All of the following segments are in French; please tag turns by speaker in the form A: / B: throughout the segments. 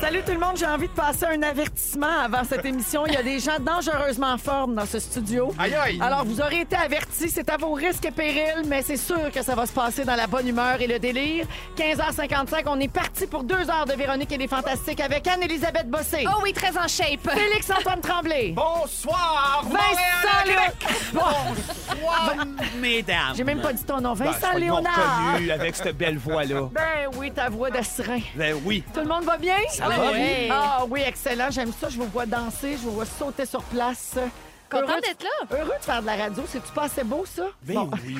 A: Salut tout le monde, j'ai envie de passer un avertissement avant cette émission. Il y a des gens dangereusement en forme dans ce studio.
B: Aïe, aïe.
A: Alors, vous aurez été avertis, c'est à vos risques et périls, mais c'est sûr que ça va se passer dans la bonne humeur et le délire. 15h55, on est parti pour deux heures de Véronique et les Fantastiques avec Anne-Elisabeth Bossé,
C: Oh oui, très en shape.
A: Félix-Antoine Tremblay,
B: Bonsoir,
A: Ben, Vincent
B: Montréal, Québec.
A: Léonard.
B: Bonsoir, mesdames.
A: J'ai même pas dit ton nom,
B: Ben,
A: Vincent
B: c'est pas de mon
A: Léonard.
B: reconnu avec cette belle voix-là.
A: Ben oui, ta voix de serein.
B: Ben oui.
A: Tout le monde va bien?
B: Ça va
C: Oui. bien.
A: Ah oui, excellent. J'aime ça. Je vous vois danser, je vous vois sauter sur place. Heureux
C: Contente
A: de-
C: d'être là.
A: Heureux de faire de la radio. C'est-tu pas assez beau, ça?
B: Ben
A: Bon.
B: oui.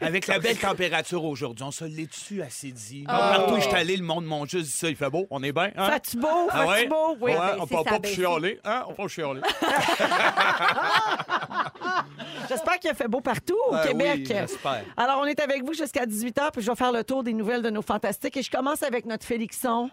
B: Avec la belle température aujourd'hui, on se l'est dessus assez dit. Partout où je suis allé, le monde monte juste dit ça. Il fait beau, on est bien. Hein?
A: Fais-tu beau?
B: Ah
A: Fais-tu
B: ouais?
A: beau? Oui.
B: Ouais,
C: ben,
B: on
C: c'est
B: peut
C: ça,
B: pas
C: ben,
B: chialer, hein? On peut pas chialer.
A: J'espère qu'il a fait beau partout au
B: Ben
A: Québec.
B: oui, j'espère.
A: Alors, on est avec vous jusqu'à 18h, puis je vais faire le tour des nouvelles de nos fantastiques. Et je commence avec notre Félixon.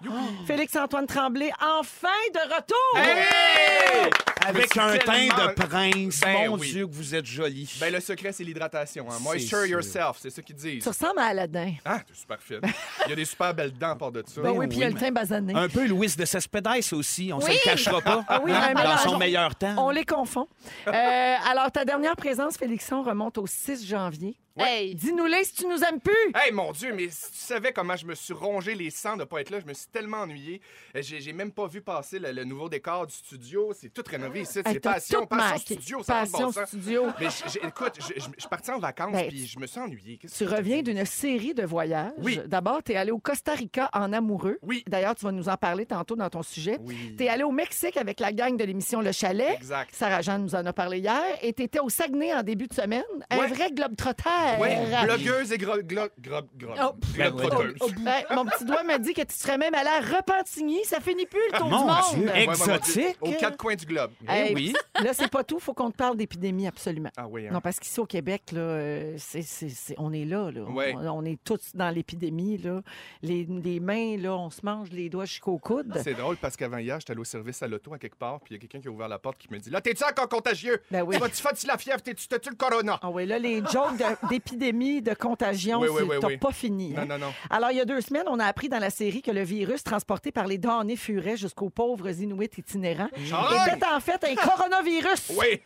A: Félix-Antoine Tremblay, enfin de retour!
D: Hey!
B: Avec un teint
D: tellement-
B: de prince.
D: Ben
B: Mon
D: oui.
B: Dieu, que vous êtes jolie.
D: Ben, le secret, c'est l'hydratation. Hein. Moisture
B: sûr.
D: yourself, c'est ce qu'ils disent.
A: Tu ressembles à Aladdin.
D: Ah, t'es super fine. Il y a des super belles dents à part de ça.
A: Ben oui, puis il y a le teint basané.
B: Un peu Louis de Cespedes aussi, on se
C: Oui.
B: le cachera pas. hein?
A: Ah oui, un
B: dans
A: mélange.
B: son meilleur temps.
D: Ah.
A: On les confond. Euh, alors, ta dernière présence, Félixon, remonte au 6 janvier.
C: Hey.
A: Dis-nous-les si tu nous aimes plus.
D: Hey mon Dieu, mais si tu savais comment je me suis rongé les sangs de pas être là, je me suis tellement ennuyé. Euh, J'ai j'ai même pas vu passer le, le nouveau décor du studio. C'est tout rénové ici.
A: Hey,
D: c'est
A: t'as
D: passion,
A: tout
D: passion
A: manqué.
D: studio, ça n'a pas de
A: Passion
D: bon sens.
A: studio.
D: Mais j'- j'- écoute, je- je je suis parti en vacances
A: Ben,
D: puis je me suis ennuyé. Qu'est-ce
A: Tu
D: que je te
A: reviens
D: dis?
A: d'une série de voyages.
D: Oui.
A: D'abord, tu es allé au Costa Rica en amoureux.
D: Oui.
A: D'ailleurs, tu vas nous en parler tantôt dans ton sujet.
D: Oui.
A: Tu es allé au Mexique avec la gang de l'émission Le Chalet.
D: Exact.
A: Sarah-Jeanne nous en a parlé hier. Et tu étais au Saguenay en début de semaine. Un
D: Ouais.
A: vrai globe-trotteur.
D: Ouais, blogueuse et gro... gro... gro... gro...
A: Oh.
D: globe-trotteuse.
A: Hey, mon petit doigt m'a dit que tu serais même allé à Repentigny. Ça finit plus le tour
B: Mon
A: du monde.
B: Dieu. Eh
D: Ouais, ouais, ouais.
B: Exotique.
D: Aux quatre coins du globe.
A: Hey,
B: Ben oui.
A: Là, c'est pas tout. Faut qu'on te parle d'épidémie, absolument.
D: Ah oui, hein.
A: Non, parce qu'ici au Québec, là, euh, c'est- c'est- c'est- on est là. là.
D: Ouais.
A: On, on est tous dans l'épidémie. là. Les, les mains, là, on se mange les doigts jusqu'au coude.
D: C'est drôle parce qu'avant hier, j'étais allé au service à l'auto à quelque part, puis il y a quelqu'un qui a ouvert la porte qui me dit Là, t'es-tu encore contagieux
A: Ben oui.
D: Tu vas-tu faire-tu la fièvre T'es-tu t'as-tu le corona
A: Ah oui, là, les jokes de- d'épidémie, de contagion,
D: Oui, oui,
A: c'est-
D: oui,
A: t'as
D: oui.
A: pas fini.
D: Non,
A: hein.
D: non, non.
A: Alors, il y a deux semaines, on a appris dans la série que le virus transporté par les damnés furets jusqu'aux pauvres Inuits itinérants
D: Mmh. Charles!
A: était en fait un coronavirus.
D: Oui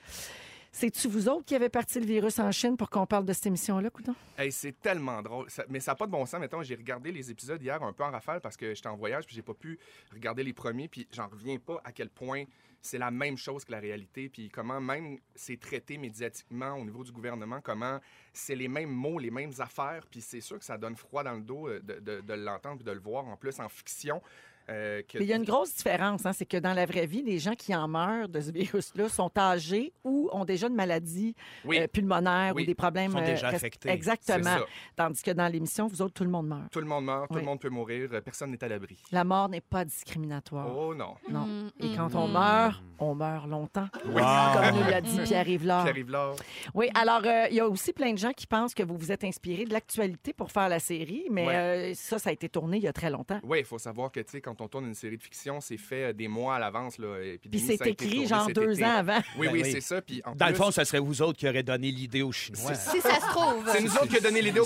A: C'est-tu vous autres qui avez parti le virus en Chine pour qu'on parle de cette émission-là, coudon?
D: Hey, C'est tellement drôle. Ça- mais ça n'a pas de bon sens. Mettons, j'ai regardé les épisodes hier un peu en rafale parce que j'étais en voyage, puis j'ai pas pu regarder les premiers, puis j'en reviens pas à quel point c'est la même chose que la réalité, puis comment même c'est traité médiatiquement au niveau du gouvernement, comment c'est les mêmes mots, les mêmes affaires, puis c'est sûr que ça donne froid dans le dos euh, de, de- de l'entendre puis de le voir en plus en fiction. euh, que-
A: Mais il y a une grosse différence, hein, c'est que dans la vraie vie, les gens qui en meurent de ce virus-là sont âgés ou ont déjà une maladie
D: Oui.
A: euh, pulmonaire
D: Oui.
A: ou des problèmes.
B: Sont déjà
A: euh, rest-
B: affectés.
D: C'est
A: Exactement.
D: ça.
A: Tandis que dans l'émission, vous autres, tout le monde meurt.
D: Tout le monde meurt, tout
A: Oui.
D: le monde peut mourir, euh, personne n'est à l'abri.
A: La mort n'est pas discriminatoire.
D: Oh non.
A: Non.
C: Mm,
A: Et quand
C: mm,
A: on
C: mm.
A: meurt, on meurt longtemps.
B: Wow.
A: Comme nous l'a dit Pierre Rivlard.
D: Pierre là.
A: Oui, alors euh, il y a aussi plein de gens qui pensent que vous vous êtes inspiré de l'actualité pour faire la série, mais
D: Ouais.
A: euh, ça, ça a été tourné il y a très longtemps.
D: Oui, il faut savoir que tu sais, quand on tourne une série de fiction, c'est fait euh, des mois à l'avance. là, et
A: Puis
D: nous,
A: c'est
D: ça a été
A: écrit
D: tourné
A: genre
D: cet
A: deux
D: été.
A: ans avant.
D: Oui,
B: Ben
D: oui,
B: oui.
D: c'est ça. Puis en
B: Dans le
D: plus,
B: fond, ce serait vous autres qui auriez donné l'idée aux Chinois.
C: Si ça se trouve.
D: c'est nous autres qui a donné l'idée au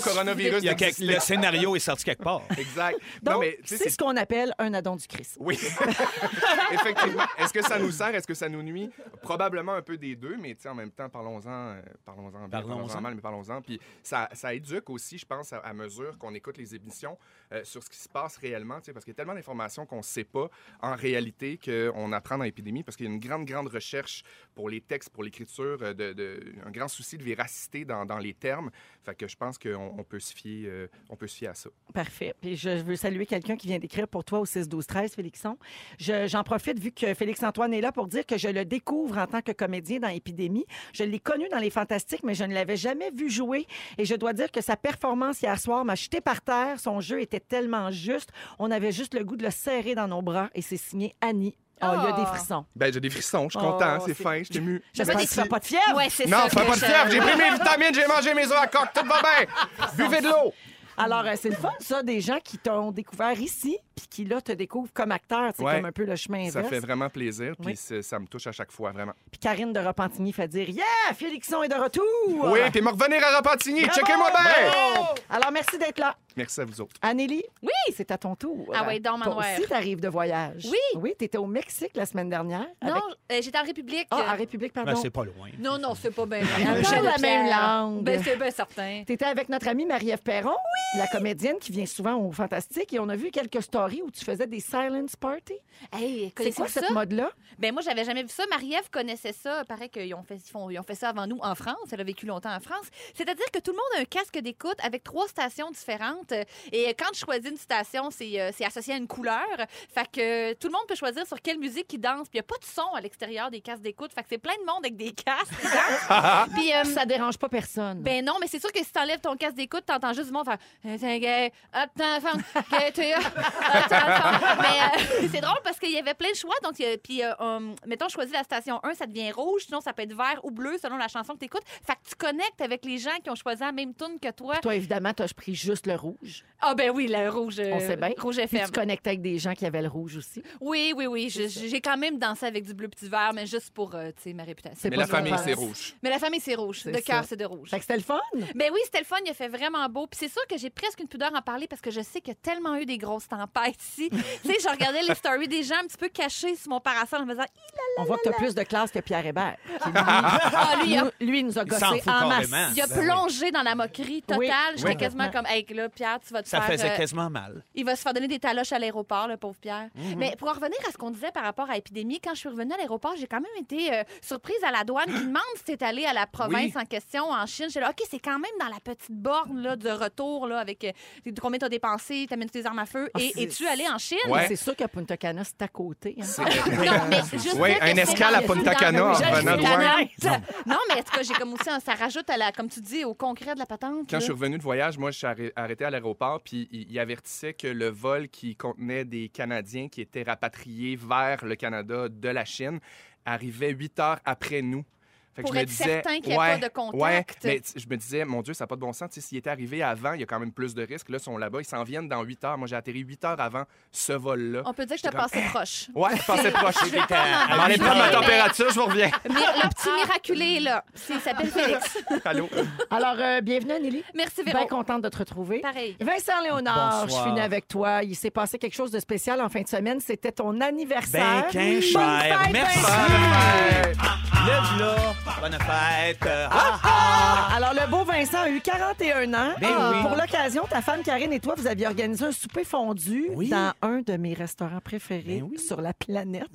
D: coronavirus.
B: Il y a quelque-
D: d'exister.
B: Le scénario est sorti quelque part.
D: Exact.
A: Donc,
D: non, mais tu sais,
A: c'est ce qu'on appelle un addon du Christ.
D: Oui. Effectivement. Est-ce que ça nous sert? Est-ce que ça nous nuit? Probablement un peu des deux, mais tu sais, en même temps, parlons-en euh, parlons-en bien,
B: Parlons-en.
D: parlons-en mal, mais parlons-en. Puis ça, ça éduque aussi, je pense, à, à mesure qu'on écoute les émissions euh, sur ce qui se passe réellement, tu sais, parce qu'il y a tellement d'informations qu'on ne sait pas en réalité qu'on apprend dans l'épidémie, parce qu'il y a une grande, grande recherche pour les textes, pour l'écriture, euh, de, de- un grand souci de véracité dans, dans les termes. Fait que je pense qu'on on peut, se fier, euh, on peut se fier à ça.
A: Parfait. Puis je veux saluer quelqu'un qui vient d'écrire pour toi au 6-12-13, Félixon. Je- J'en profite, vu que Félix-Antoine est là, pour dire que je le découvre en tant que comédien dans Épidémie. Je l'ai connu dans Les Fantastiques, mais je ne l'avais jamais vu jouer. Et je dois dire que sa performance hier soir m'a jeté par terre. Son jeu était tellement juste. On avait juste le goût de le serrer dans nos bras. Et c'est signé Annie. Oh, il y a
C: Ah.
A: des frissons.
D: Ben, j'ai des frissons, je suis
A: Oh,
D: content, c'est
A: c'est-
D: fin, je suis ému.
A: J'espère que
C: Mais
A: tu
C: tu-
A: fais pas de fièvre.
C: Ouais, c'est ça.
D: Non, fais
C: que
D: pas de
C: je-
D: fièvre. J'ai pris mes vitamines, j'ai mangé mes œufs à coque, tout va bien. Buvez de l'eau.
A: Alors, euh, c'est le fun, ça, des gens qui t'ont découvert ici, puis qui, là, te découvrent comme acteur. C'est
D: Ouais.
A: comme un peu le chemin
D: Ça
A: inverse.
D: fait vraiment plaisir, puis
A: Oui.
D: c'est- ça me touche à chaque fois, vraiment.
A: Puis Karine de Repentigny fait dire Yeah, Félixon est de retour!
D: Oui, puis me revenir à Repentigny,
A: Bravo!
D: checkez-moi bien!
A: Bravo! Alors, merci d'être là.
D: Merci à vous autres.
A: Anneli, oui, c'est à ton tour.
C: Ah ouais, donc,
A: Toi
C: Manoir.
A: aussi, t'arrives de voyage.
C: Oui.
A: Oui, t'étais au Mexique la semaine dernière.
C: Non,
A: avec-
C: euh, j'étais en République.
A: Ah, en République,
B: Ben,
A: pardon.
B: c'est pas loin.
C: Non, non, c'est pas bien.
A: Elle parle la même langue.
C: Ben, c'est bien certain.
A: T'étais avec notre amie Marie-Ève Perron, la comédienne qui vient souvent au Fantastique, et on a vu quelques stories où tu faisais des silence parties.
C: Hey,
A: C'est
C: connaissez
A: quoi
C: ça?
A: cette mode-là?
C: Ben moi, j'avais jamais vu ça. Marie-Ève connaissait ça. Paraît qu'ils ont fait, ils font- ils ont fait ça avant nous en France. Elle a vécu longtemps en France. C'est-à-dire que tout le monde a un casque d'écoute avec trois stations différentes. Et quand je choisis une station, c'est euh, c'est associé à une couleur. Fait que euh, tout le monde peut choisir sur quelle musique il danse. Puis il n'y a pas de son à l'extérieur des casques d'écoute. Fait que c'est plein de monde avec des casques qui dansent. Puis euh,
A: Ça dérange pas personne.
C: ben non, mais c'est sûr que si t'enlèves ton casque d'écoute, t'entends juste du monde faire Euh, t'es gay, hop, t'en femme, gay, t'es hop, hop, t'en femme. Mais euh, c'est drôle parce qu'il y avait plein de choix. Donc, il y a- puis, euh, hum, mettons, je choisis la station 1, ça devient rouge, sinon ça peut être vert ou bleu selon la chanson que t'écoutes. Fait que tu connectes avec les gens qui ont choisi la même tune que toi.
A: Toi, évidemment, t'as pris juste le rouge.
C: Ah ben oui, le rouge. euh,
A: On sait bien.
C: Rouge
A: Puis
C: FM.
A: tu connectais avec des gens qui avaient le rouge aussi.
C: Oui, oui, oui. je- J'ai quand même dansé avec du bleu petit vert, mais juste pour, euh, tu sais, ma réputation.
A: C'est
D: Mais
A: pas
D: la
A: ce qu'on
D: famille,
A: pense.
D: c'est rouge.
C: Mais la famille, c'est rouge.
A: C'est
C: Le cœur,
A: ça.
C: c'est de rouge.
A: Fait que c'était le fun.
C: Ben oui, c'était le fun, il a fait vraiment beau. Puis c'est sûr que j'ai presque une pudeur à en parler parce que je sais qu'il y a tellement eu des grosses tempêtes ici. tu sais, je regardais les stories des gens un petit peu cachés sous mon parasol en me disant
A: On voit que t'as plus de classe que Pierre Hébert. qui, lui-
C: Ah, lui, il a,
A: lui, il nous a
B: Il s'en
A: gossé
B: fout
A: en masse.
B: carrément.
C: il a plongé dans la moquerie totale.
A: Oui.
C: J'étais
A: Oui.
C: quasiment comme Hey, là, Pierre, tu vas te
B: Ça
C: faire.
B: faisait
C: euh,
B: quasiment mal.
C: il va se faire donner des taloches à l'aéroport, le pauvre Pierre.
D: Mhm.
C: Mais pour en revenir à ce qu'on disait par rapport à l'épidémie, quand je suis revenue à l'aéroport, j'ai quand même été euh, surprise à la douane qui demande si t'es allé à la province en question, en Chine. J'ai dit, OK, c'est quand même dans la petite borne là, de retour, là, avec euh, combien t'as dépensé, t'amènes tes armes à feu.
A: Ah,
C: et
A: c'est-
C: es-tu allé en Chine?
A: Mais
D: Ouais.
A: C'est sûr que Punta Cana, c'est à côté. hein.
C: Non, mais juste
D: Oui,
C: dire que
D: un
C: c'est
D: escale à
C: rendu
D: Punta
C: dans-
D: Cana en
C: Oui, je-
D: revenant
C: je-
D: de loin.
C: Non. Non, mais en tout cas, j'ai comme aussi, un- ça rajoute à la, comme tu dis, au concret de la patente.
D: Quand
C: là.
D: je suis revenu de voyage, moi, je suis arrê- arrêté à l'aéroport, puis il il avertissait que le vol qui contenait des Canadiens qui étaient rapatriés vers le Canada de la Chine arrivait huit heures après nous. Fait
C: Pour être certain qu'il y ait pas de contact.
D: ouais, mais t- je me disais, mon Dieu, ça n'a pas de bon sens. Tu sais, S'il était arrivé avant, il y a quand même plus de risques. Là, ils sont là-bas, ils s'en viennent dans huit heures. Moi, j'ai atterri huit heures avant ce vol-là.
C: On peut dire que je
D: J'étais
C: t'ai passé proche.
D: Ouais, je pensais proche. Je vais
B: à-
D: aller prendre ma
C: Mais-
D: température, je vous reviens.
C: Mais le petit miraculé, là, c'est- il s'appelle Félix.
D: Allô?
A: Alors, euh, bienvenue, Nelly.
C: Merci, Véro.
A: Bien contente de te retrouver.
C: Pareil.
A: Vincent Léonard,
B: Bonsoir.
A: je finis avec toi. Il s'est passé quelque chose de spécial en fin de semaine. C'était ton anniversaire.
B: Ben, qu'un
A: Bonne
B: cher.
A: fête, ben,
B: Merci.
A: Vincent.
B: Lève-la. Bonne fête.
A: Ah!
B: Ah!
A: Alors, le beau Vincent a eu 41 ans.
B: Ben
A: Ah.
B: oui.
A: Pour l'occasion, ta femme Karine et toi, vous aviez organisé un souper fondu
B: Oui.
A: dans un de mes restaurants préférés
B: Ben oui. Mm.
A: sur la planète.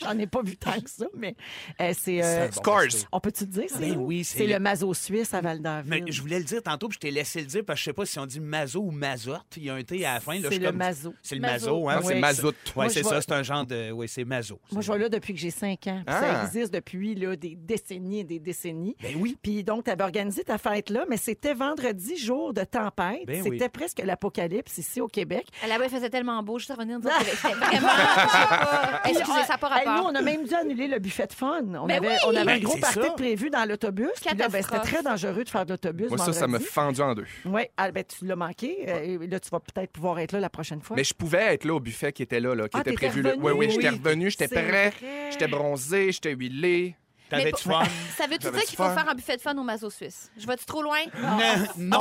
A: J'en ai pas vu tant que ça, mais euh, c'est... euh,
B: C'est bon.
D: Scores.
A: on peut-tu te dire? c'est
B: Ben
A: où?
B: oui, c'est
A: c'est le...
B: le-
A: Mazo Suisse à val
B: Mais
A: d'Aville.
B: je voulais le dire tantôt, puis je t'ai laissé le dire parce que je sais pas si on dit mazo ou mazotte. Il y a un T à la fin. là, je
A: C'est
B: suis
A: le
B: comme-
A: mazo.
B: C'est le
C: Mazo.
B: mazo, hein?
D: Non, c'est
A: Ouais.
D: mazout.
B: Oui,
A: Moi,
B: c'est
A: je
B: ça,
A: vois-
B: c'est un genre de. Oui, c'est mazo.
A: Moi, je vais là depuis que j'ai 5 ans. Puis Ça
D: Ah.
A: existe depuis là, des décennies et des décennies.
B: Ben oui.
A: Puis donc, tu avais organisé ta fête là, mais c'était vendredi, jour de tempête.
B: Ben
A: c'était
B: oui.
A: presque l'apocalypse ici au Québec.
C: Là-bas, il Ah, faisait tellement beau, juste revenir dire que c'était vraiment. Ah, Excusez, ça n'a pas
A: Hey, nous,
C: rapport.
A: on a même dû annuler le buffet de fun. On
C: Ben
A: avait,
C: oui!
A: on avait un
B: Ben,
A: gros
B: c'est
A: party
B: ça.
A: de prévu dans l'autobus. Puis là, ben, c'était
C: Catastrophe.
A: très dangereux de faire de l'autobus.
D: Moi, ça, ça m'a fendu en deux.
A: Oui, ben, tu l'as manqué. Euh, là, tu vas peut-être pouvoir être là la prochaine fois.
D: Mais je pouvais être là au buffet qui était là, là qui
A: Ah,
D: était
A: t'étais
D: prévu. là.
A: revenu.
D: Oui, oui, j'étais
A: Oui.
D: revenu, j'étais
A: C'est
D: prêt,
A: vrai.
D: j'étais bronzé, j'étais huilé.
C: Mais
B: T'avais
C: pour-
B: du fun.
C: Ça veut-tu
D: J'avais
C: dire
D: du
C: qu'il faut
D: fun.
C: faire un buffet de fun au Maso Suisse? Je vais-tu trop loin?
B: Non, non,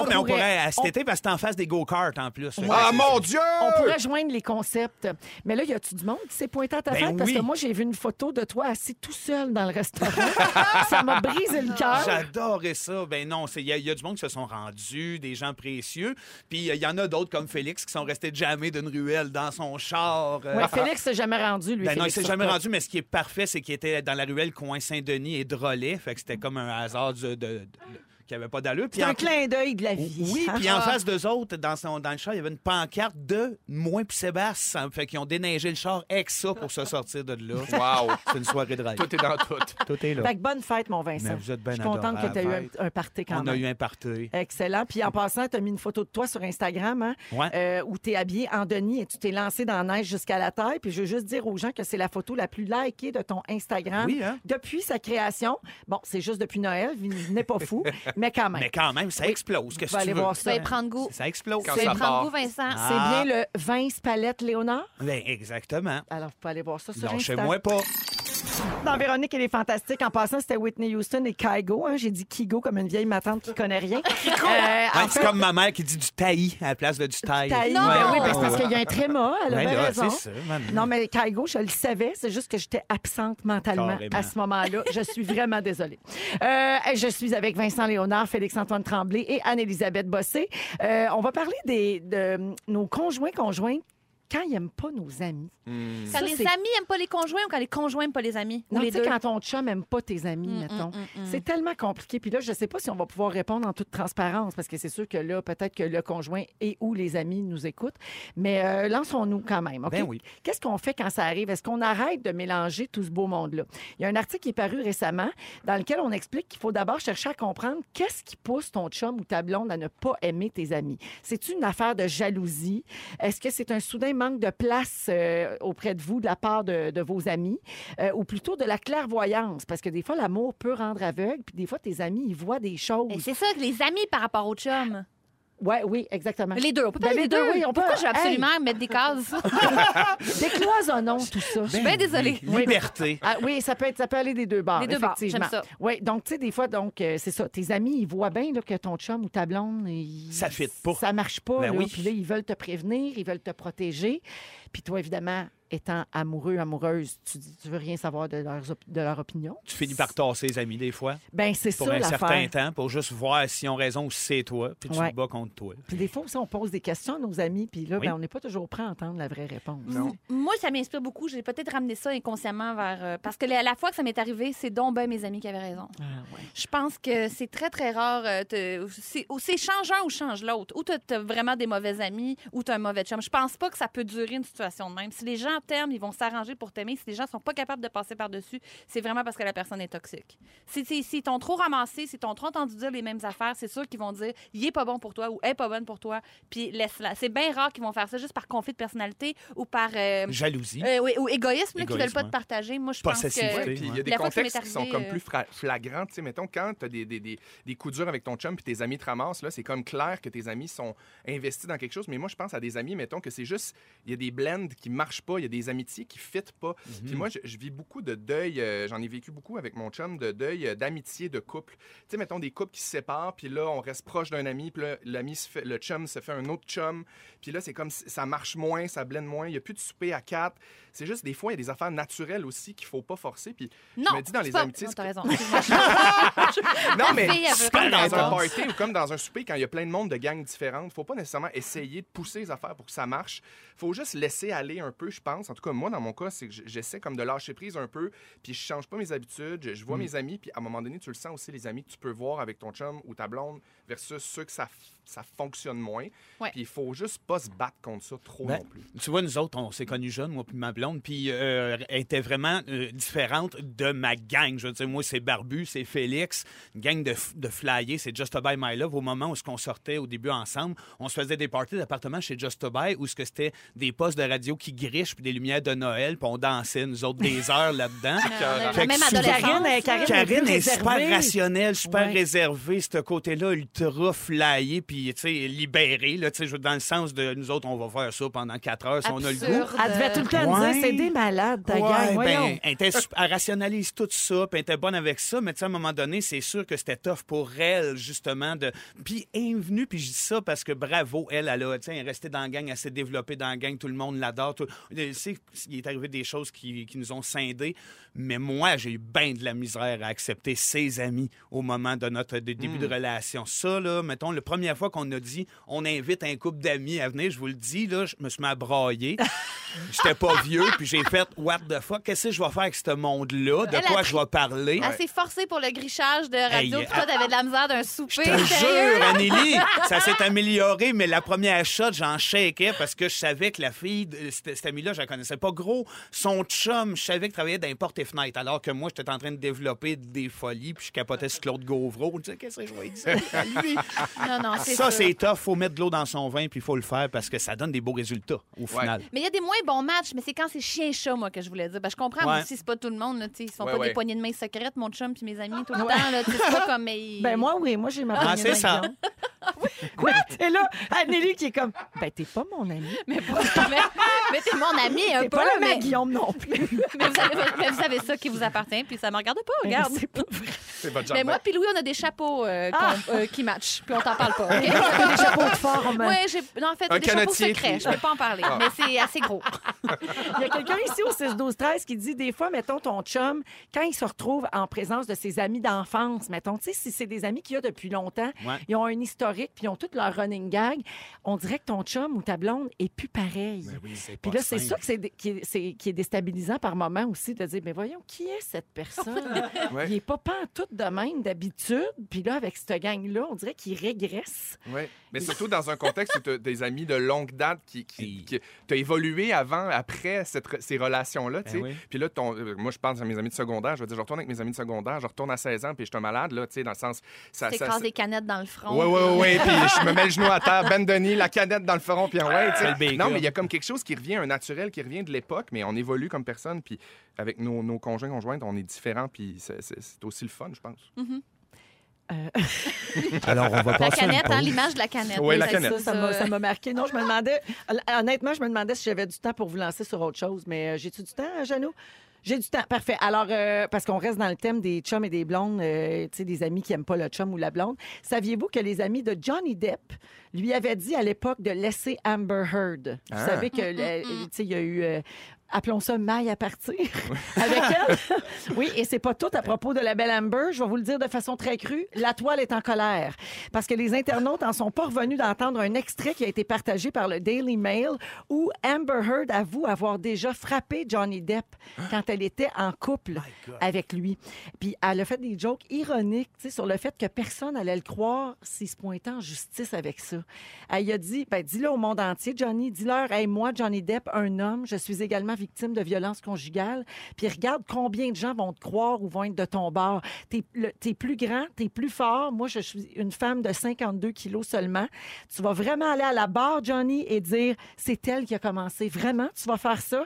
B: mais on
A: pourrait-
B: pourrait. à Cet
A: on-
B: été, parce que t'es en face des go-karts en plus. Fait que
D: Ah,
B: c'est-
D: mon Dieu!
A: On pourrait joindre les concepts. Mais là, y a-tu du monde qui s'est pointé à ta
B: Ben
A: fête? Parce que
B: oui.
A: moi, j'ai vu une photo de toi assis tout seul dans le restaurant. ça m'a brisé le cœur.
B: J'adorais ça. Ben non, c'est- il y, a- il y a du monde qui se sont rendus, des gens précieux. Puis euh, il y en a d'autres comme Félix qui sont restés jamais d'une ruelle dans son char. euh,
A: Ouais, Félix s'est jamais rendu, lui.
B: Ben non, il
A: Félix
B: s'est jamais
A: Turcotte.
B: rendu, mais ce qui est parfait, c'est qu'il était dans la ruelle coin Saint-Denis et Drolet. Fait que c'était comme un hasard du- de, de- qui avait pas d'allure. Puis
A: C'est
B: en-
A: un clin d'œil de la vie.
B: Oui,
A: hein?
B: puis en face d'eux autres, dans, son, dans le char, il y avait une pancarte de moins puis Sébastien. Fait qu'ils ont déneigé le char avec ça pour se sortir de là.
D: Wow!
B: C'est une soirée de rêve.
D: Tout est dans tout.
B: Tout est là.
A: Fait que bonne fête, mon Vincent.
B: Mais vous êtes bien
A: Je suis contente que
B: adorable.
A: tu aies eu un, un party quand
B: On
A: même.
B: a eu un party.
A: Excellent. Puis en passant, tu as mis une photo de toi sur Instagram hein,
B: Ouais.
A: euh, où tu es habillé en Denis et tu t'es lancé dans la neige jusqu'à la taille. Puis je veux juste dire aux gens que c'est la photo la plus likée de ton Instagram
B: Oui, hein?
A: depuis sa création. Bon, c'est juste depuis Noël, n'est pas fou. Mais quand même.
B: Mais quand même, ça explose. Qu'est-ce
A: va
B: que tu
A: aller
B: veux? Ah.
A: voir
C: Tu
A: ça.
C: vas y prendre goût.
B: Ça explose.
C: Tu
D: Quand
C: vas y
D: ça
C: prendre
D: part.
C: goût, Vincent.
A: Ben, C'est bien le Vince Palette Léonard.
B: Ben, exactement.
A: Alors, vous pouvez aller voir ça sur
B: Non, chez
A: Insta.
B: moi pas.
A: Dans Véronique, elle est fantastique. En passant, c'était Whitney Houston et Kygo. hein. J'ai dit Kigo comme une vieille matante qui connaît rien. Euh, en
B: Hein,
A: fait,
B: C'est comme ma mère qui dit du taillis à la place de du taille.
A: Taï-
C: Non!
A: Ben oui, ben c'est parce qu'il y a un tréma, elle a
B: Ben
A: bien
B: là,
A: raison.
B: c'est ça, maman.
A: Non, mais Kaigo, je le savais, c'est juste que j'étais absente mentalement
B: Carrément.
A: à ce moment-là. Je suis vraiment désolée. Euh, je suis avec Vincent Léonard, Félix-Antoine Tremblay et Anne-Élisabeth Bossé. Euh, on va parler des, de nos conjoints, conjointes, quand ils n'aiment pas nos amis.
C: Quand
A: Ça,
C: les
A: c'est-
C: amis n'aiment pas les conjoints ou quand les conjoints n'aiment pas les amis? Ou
A: Non,
C: les
A: tu sais,
C: deux? Mm,
A: quand ton chum n'aime pas tes amis, mettons. C'est tellement compliqué. Puis là, je ne sais pas si on va pouvoir répondre en toute transparence, parce que c'est sûr que là, peut-être que le conjoint et ou les amis nous écoutent. Mais euh, lançons-nous quand même. OK?
B: Ben oui.
A: Qu'est-ce qu'on fait quand ça arrive? Est-ce qu'on arrête de mélanger tout ce beau monde-là? Il y a un article qui est paru récemment dans lequel on explique qu'il faut d'abord chercher à comprendre qu'est-ce qui pousse ton chum ou ta blonde à ne pas aimer tes amis. C'est une affaire de jalousie? Est-ce que c'est un soudain manque de place euh, auprès de vous de la part de, de vos amis? Euh, ou plutôt de la clairvoyance? Parce que des fois, l'amour peut rendre aveugle, puis des fois, tes amis, ils voient des choses.
C: Et Eh, c'est ça, que les amis par rapport au chum.
A: Ouais, oui, exactement.
C: Les deux, on peut
A: Ben,
C: parler
A: les
C: des
A: deux,
C: deux.
A: oui, on peut.
C: Pourquoi je vais
A: Hey!
C: absolument mettre des cases?
A: Décloisonnons tout ça.
C: Je suis bien désolée.
A: Oui.
B: Liberté.
A: Ah oui, ça peut, être, ça peut aller des deux bords.
C: Des deux bords,
A: effectivement.
C: j'aime ça.
A: Oui, donc, tu sais, des fois, donc, euh, c'est ça. Tes amis, ils voient bien là, que ton chum ou ta blonde. il-
B: Ça fit pas.
A: Ça marche pas.
B: Ben
A: là.
B: oui.
A: Puis là, ils veulent te prévenir, ils veulent te protéger. Puis toi, évidemment, étant amoureux, amoureuse, tu, dis- tu veux rien savoir de, leurs op- de leur opinion.
B: Tu finis par tasser les amis des fois
A: Ben c'est ça
B: pour un certain
A: l'affaire.
B: temps pour juste voir s'ils ont raison ou si c'est toi. Puis tu
A: Ouais.
B: te bats contre toi.
A: Puis des fois aussi, on pose des questions à nos amis, puis là,
B: Oui.
A: ben, on n'est pas toujours prêt à entendre la vraie réponse.
D: Non.
C: Moi, ça m'inspire beaucoup. J'ai peut-être ramené ça inconsciemment vers. euh, parce que la, la fois que ça m'est arrivé, c'est donc ben mes amis qui avaient raison.
A: Ah, ouais.
C: Je pense que c'est très, très rare. euh, te- c'est ou c'est change un ou change l'autre. Ou t'as t'as vraiment des mauvais amis ou t'as un mauvais chum. Je pense pas que ça peut durer une situation de même. Si les gens t'aiment, ils vont s'arranger pour t'aimer. Si les gens sont pas capables de passer par-dessus, c'est vraiment parce que la personne est toxique. Si si- s'ils t'ont trop ramassé, s'ils t'ont trop entendu dire les mêmes affaires, c'est sûr qu'ils vont dire « il est pas bon pour toi » ou « elle est pas bonne pour toi », puis laisse-la. C'est bien rare qu'ils vont faire ça juste par conflit de personnalité ou par... euh,
B: Jalousie.
C: euh, oui, ou égoïsme, là, qui
B: Égoïsme,
C: veulent pas
D: hein.
B: ouais.
C: te partager. Moi, je pense
B: Possessivité.
C: que...
D: Ouais, puis il y a des
C: La fois que ça m'est
D: contextes qui sont
C: arrivé,
D: comme
C: euh,
D: plus fra- flagrants. Tu sais, mettons, quand tu as des, des, des, des coups durs avec ton chum puis tes amis te ramassent, là, c'est comme clair que tes amis sont investis dans quelque chose. Mais moi, je pense à des amis, mettons, que c'est juste, il y a des blends qui marchent pas, il y a des amitiés qui fitent pas.
C: Euh,
B: Mhm.
D: Puis moi, je, je vis beaucoup de deuil, euh, j'en ai vécu beaucoup avec mon chum, de deuil euh, d'amitié, de couple. Tu sais, mettons, des couples qui se séparent, puis là, on reste proche d'un ami, puis là, l'ami se fait, le chum se fait un autre chum. Puis là, c'est comme si- ça marche moins, ça blende moins, il n'y a plus de souper à quatre. C'est juste, des fois, il y a des affaires naturelles aussi qu'il faut pas forcer. Puis
C: Non,
D: je me dis dans
C: c'est
D: les
C: pas-
D: amitiés.
C: Non,
D: c'est-
C: t'as raison.
A: Ah,
D: non, mais
C: fille, elle veut
D: c'est
C: pas
D: comme dans un
C: d'argent.
D: party ou comme dans un souper, quand il y a plein de monde de gangs différentes, faut pas nécessairement essayer de pousser les affaires pour que ça marche. faut juste laisser aller un peu, je pense. En tout cas, moi, dans mon cas, c'est que j- j'essaie comme de lâcher prise un peu, puis je change pas mes habitudes, je- je vois mes amis, puis à un moment donné, tu le sens aussi, les amis que tu peux voir avec ton chum ou ta blonde versus ceux que ça, f- ça fonctionne moins.
C: Ouais.
D: Puis il faut juste pas se battre contre ça trop
B: Ben,
D: non plus.
B: Tu vois, nous autres, on s'est connus jeunes, moi puis ma blonde, puis euh, elle était vraiment euh, différente de ma gang. Je veux dire, moi, c'est Barbu, c'est Félix, une gang de, f- de flyers, c'est Just a Buy My Love. Au moment où ce qu'on sortait au début ensemble, on se faisait des parties d'appartements chez Just a Buy où ce que c'était des postes de radio qui grichent puis des lumières de Noël, puis on dansait, nous autres, des heures là-dedans.
C: la
B: Fait que
C: même
B: souvent-
C: adolescence.
A: Karine, elle- Karine,
C: là.
A: elle-
B: Karine
A: plus
B: est
A: réservée.
B: super rationnelle, super
A: Ouais.
B: réservée, ce côté-là ultra flyé, puis tu sais, libéré, là, tu sais, je veux- dans le sens de nous autres, on va faire ça pendant quatre heures si on a le
C: Absurde.
B: goût.
A: Elle devait tout le temps
C: euh,
B: Ouais.
A: dire c'est des malades, ta
B: Ouais,
A: gang.
B: ben,
A: Voyons.
B: elle, était sup- elle rationalise tout ça, puis elle était bonne avec ça, mais tu sais, à un moment donné, c'est sûr que c'était tough pour elle, justement. De... Puis bienvenue, puis je dis ça parce que bravo, elle, elle, a, tu sais, elle est restée dans la gang, elle s'est développée dans la gang, tout le monde l'adore. tout- Elle sait qu'il est arrivé des choses qui, qui nous ont scindés, mais moi, j'ai eu bien de la misère à accepter ses amis au moment de notre de- début
A: Hmm.
B: de relation. Ça, là, mettons, la première fois qu'on a dit on invite un couple d'amis à venir, je vous le dis, là, je me suis mis à brailler. J'étais pas vieux, puis j'ai fait What the fuck? Qu'est-ce que je vais faire avec ce monde-là?
C: Elle
B: De quoi
C: a-
B: je vais parler?
C: Elle s'est forcée pour le grichage de radio.
B: Hey, euh,
C: puis toi, t'avais de la misère d'un souper.
B: Je te
C: sérieux?
B: jure, Anneli, ça s'est amélioré, mais la première shot, j'en shakeais parce que je savais que la fille, de cet cet ami-là, je la connaissais pas. Gros, son chum, je savais qu'il travaillait dans les portes et fenêtres, alors que moi, j'étais en train de développer des folies, puis je capotais sur Claude Gauvreau. Je disais, qu'est-ce que je vais dire à lui?
C: Non, non, c'est
B: Ça,
C: sûr.
B: c'est tough. Faut mettre de l'eau dans son vin, puis il faut le faire parce que ça donne des beaux résultats au final.
C: Mais il y a des moins bons matchs, mais c'est quand c'est chien-chat, moi, que je voulais dire. Ben, je comprends, moi
B: Ouais.
C: aussi, c'est pas tout le monde. Là, tu sais, ils sont
D: Ouais,
C: pas
D: ouais.
C: des poignées de main secrètes, mon chum puis mes amis, tout le temps. Là, tu sais, c'est pas comme. mais-
A: Ah, Ben moi, oui, moi j'ai ma
B: Ah,
A: poignée
B: c'est
A: dans
B: ça.
A: le guidon. Quoi? Et là, Anneli qui est comme, ben t'es pas mon ami.
C: Mais, pas- mais, mais t'es mon ami, un
A: T'es
C: peu.
A: Euh, pas le
C: mais,
A: mec Guillaume non plus. Ben,
C: mais vous avez, mais vous avez ça qui vous appartient, puis ça me regarde pas,
A: Mais
C: regarde.
A: Ben, c'est pas
D: C'est votre
C: Mais
D: jardin.
C: ben, moi, puis Louis, on a des chapeaux euh, qu'on-
A: Ah!
C: euh, qui matchent, puis on t'en parle pas. OK?
A: T'as des chapeaux de forme.
C: Ouais, j'ai. Non, en fait,
D: Un
C: des chapeaux
D: canotier,
C: secrets.
D: puis-
C: Je peux pas en parler,
D: Ah.
C: mais c'est assez gros.
A: Il y a quelqu'un ici au 6 12 13 qui dit des fois mettons ton chum quand il se retrouve en présence de ses amis d'enfance, mettons tu sais si c'est des amis qu'il a depuis longtemps,
B: Ouais.
A: ils ont un historique puis ils ont tout leur running gag, on dirait que ton chum ou ta blonde est plus pareil. Puis là, Ben c'est ça que c'est dé- qui est, c'est- qui est déstabilisant par moment aussi de dire, mais voyons, qui est cette personne?
D: Ouais.
A: Il est pas pantoute de même d'habitude. Puis là, avec cette gang-là, on dirait qu'il régresse.
D: ben, Ouais. Mais surtout dans un contexte où tu des amis de longue date qui,
B: Hey.
D: qui, qui- t'as évolué avant, après cette re- ces relations-là. tu sais.
B: Ben oui.
D: Puis là, ton, euh, moi, je pense à mes amis de secondaire. Je veux dire, je retourne avec mes amis de secondaire, je retourne à 16 ans, puis je suis un malade, là, tu sais, dans le sens. Ça, ça-
C: T'écrases
D: ça-
C: des canettes dans le front.
D: Ouais, ouais, ouais, ouais, puis je me mets le genou à terre, Ben Denis, la canette dans le front, puis ouais, tu
B: C'est le
D: sais.
B: bacon.
D: Non, mais il y a comme quelque chose qui revient, un naturel qui revient de l'époque, mais on évolue comme personne, puis avec nos, nos conjoints, conjointes, on est différents, puis c'est- c'est c'est aussi le fun, je pense.
B: Alors, on va
C: La
B: passer à une
C: canette, hein,
B: pause.
C: l'image de la canette.
D: Ouais,
C: Oui,
D: la
C: c'est
D: canette.
A: Ça, ça m'a- ça m'a marqué. Non, je me demandais, honnêtement, je me demandais si j'avais du temps pour vous lancer sur autre chose. Mais euh, j'ai-tu du temps, euh, Jeannot? J'ai du temps, parfait. Alors, euh, parce qu'on reste dans le thème des chums et des blondes, euh, tu sais, des amis qui aiment pas le chum ou la blonde. Saviez-vous que les amis de Johnny Depp lui avaient dit à l'époque de laisser Amber Heard? Vous
D: Ah.
A: savez que, le- tu sais, il y a eu... euh, Appelons ça maille à partir avec elle. Oui, et c'est pas tout à propos de la belle Amber. Je vais vous le dire de façon très crue. La toile est en colère parce que les internautes en sont pas revenus d'entendre un extrait qui a été partagé par le Daily Mail où Amber Heard avoue avoir déjà frappé Johnny Depp quand elle était en couple avec lui. Puis elle a fait des jokes ironiques tu sais, sur le fait que personne allait le croire s'il se pointait en justice avec ça. Elle a dit, ben, dis-le au monde entier, Johnny, dis-leur, hey, moi, Johnny Depp, un homme, je suis également victime de violences conjugales. Puis regarde combien de gens vont te croire ou vont être de ton bord. T'es le- t'es plus grand, t'es plus fort. Moi, je suis une femme de 52 kilos seulement. Tu vas vraiment aller à la barre, Johnny, et dire, c'est elle qui a commencé. Vraiment, tu vas faire ça?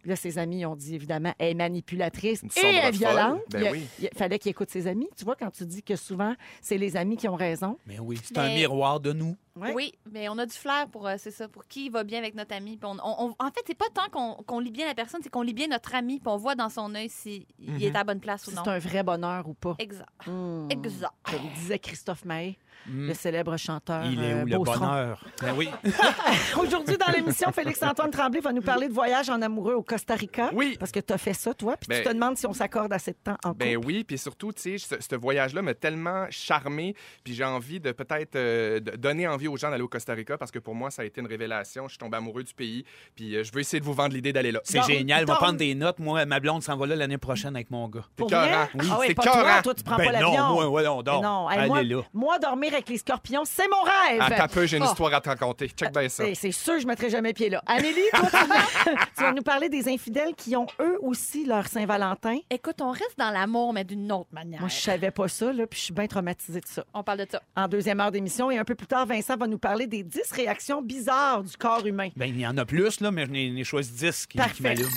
A: Puis Là, ses amis ont dit, évidemment, elle est manipulatrice
D: Une
A: et elle est
D: sombre folle.
A: violente.
D: Ben
A: il, a-
D: oui.
A: il fallait qu'il écoute ses amis. Tu vois, quand tu dis que souvent, c'est les amis qui ont raison.
B: Mais oui, c'est
C: Mais-
B: un miroir de nous.
A: Ouais.
C: Oui, mais on a du flair pour, euh, c'est ça, pour qui va bien avec notre ami. Puis on- on- on- en fait, c'est pas tant qu'on qu'on lit bien la personne, c'est qu'on lit bien notre ami, puis on voit dans son œil s'il
D: Mhm.
C: est à la bonne place ou non.
A: C'est un vrai bonheur ou pas.
C: Exact.
A: Hmm.
C: Exact.
A: Comme disait Christophe Maé,
B: Mm.
D: Hmm.
A: le célèbre chanteur.
B: Il est
A: euh,
B: où le
A: Beauceron.
B: bonheur? Ben oui.
A: Aujourd'hui, dans l'émission, Félix-Antoine Tremblay va nous parler de voyage en amoureux au Costa Rica.
D: Oui.
A: Parce que tu as fait ça, toi. Puis
D: Ben-
A: tu te demandes si on s'accorde assez de temps en
D: Ben
A: couple.
D: oui, puis surtout, tu sais, ce, ce voyage-là m'a tellement charmé, puis j'ai envie de peut-être euh, de donner envie aux gens d'aller au Costa Rica parce que pour moi, ça a été une révélation. Je suis tombé amoureux du pays, puis euh, je veux essayer de vous vendre l'idée d'aller là.
B: C'est
A: Donc,
B: génial. On va
A: donc-
B: prendre des notes. Moi, ma blonde s'en va là l'année prochaine avec mon gars.
D: T'es
A: Pour vrai?
D: écœurant. Oui,
A: ah ouais,
D: c'est
A: pas toi,
D: écœurant.
A: toi, tu prends
B: ben
A: pas l'avion.
B: non, moi, ouais, on
A: Mais
B: dort.
A: non, hey,
B: Allez
A: moi,
B: là.
A: moi, dormir avec les scorpions, c'est mon rêve.
D: Attends un peu, j'ai une
A: Oh.
D: histoire à te raconter. Check bien ça.
A: C'est c'est sûr, je ne mettrai jamais pied là. Amélie, toi, tu vas, tu vas nous parler des infidèles qui ont eux aussi leur Saint-Valentin.
C: Écoute, on reste dans l'amour, mais d'une autre manière.
A: Moi, je savais pas ça, là, puis je suis bien traumatisée de ça.
C: On parle de ça.
A: En deuxième heure d'émission, et un peu plus tard, Vincent va nous parler des 10 réactions bizarres du corps humain.
B: Ben, il y en a plus, là, mais j'en ai, j'en ai choisi 10 qui,
A: Parfait.
B: qui m'allument.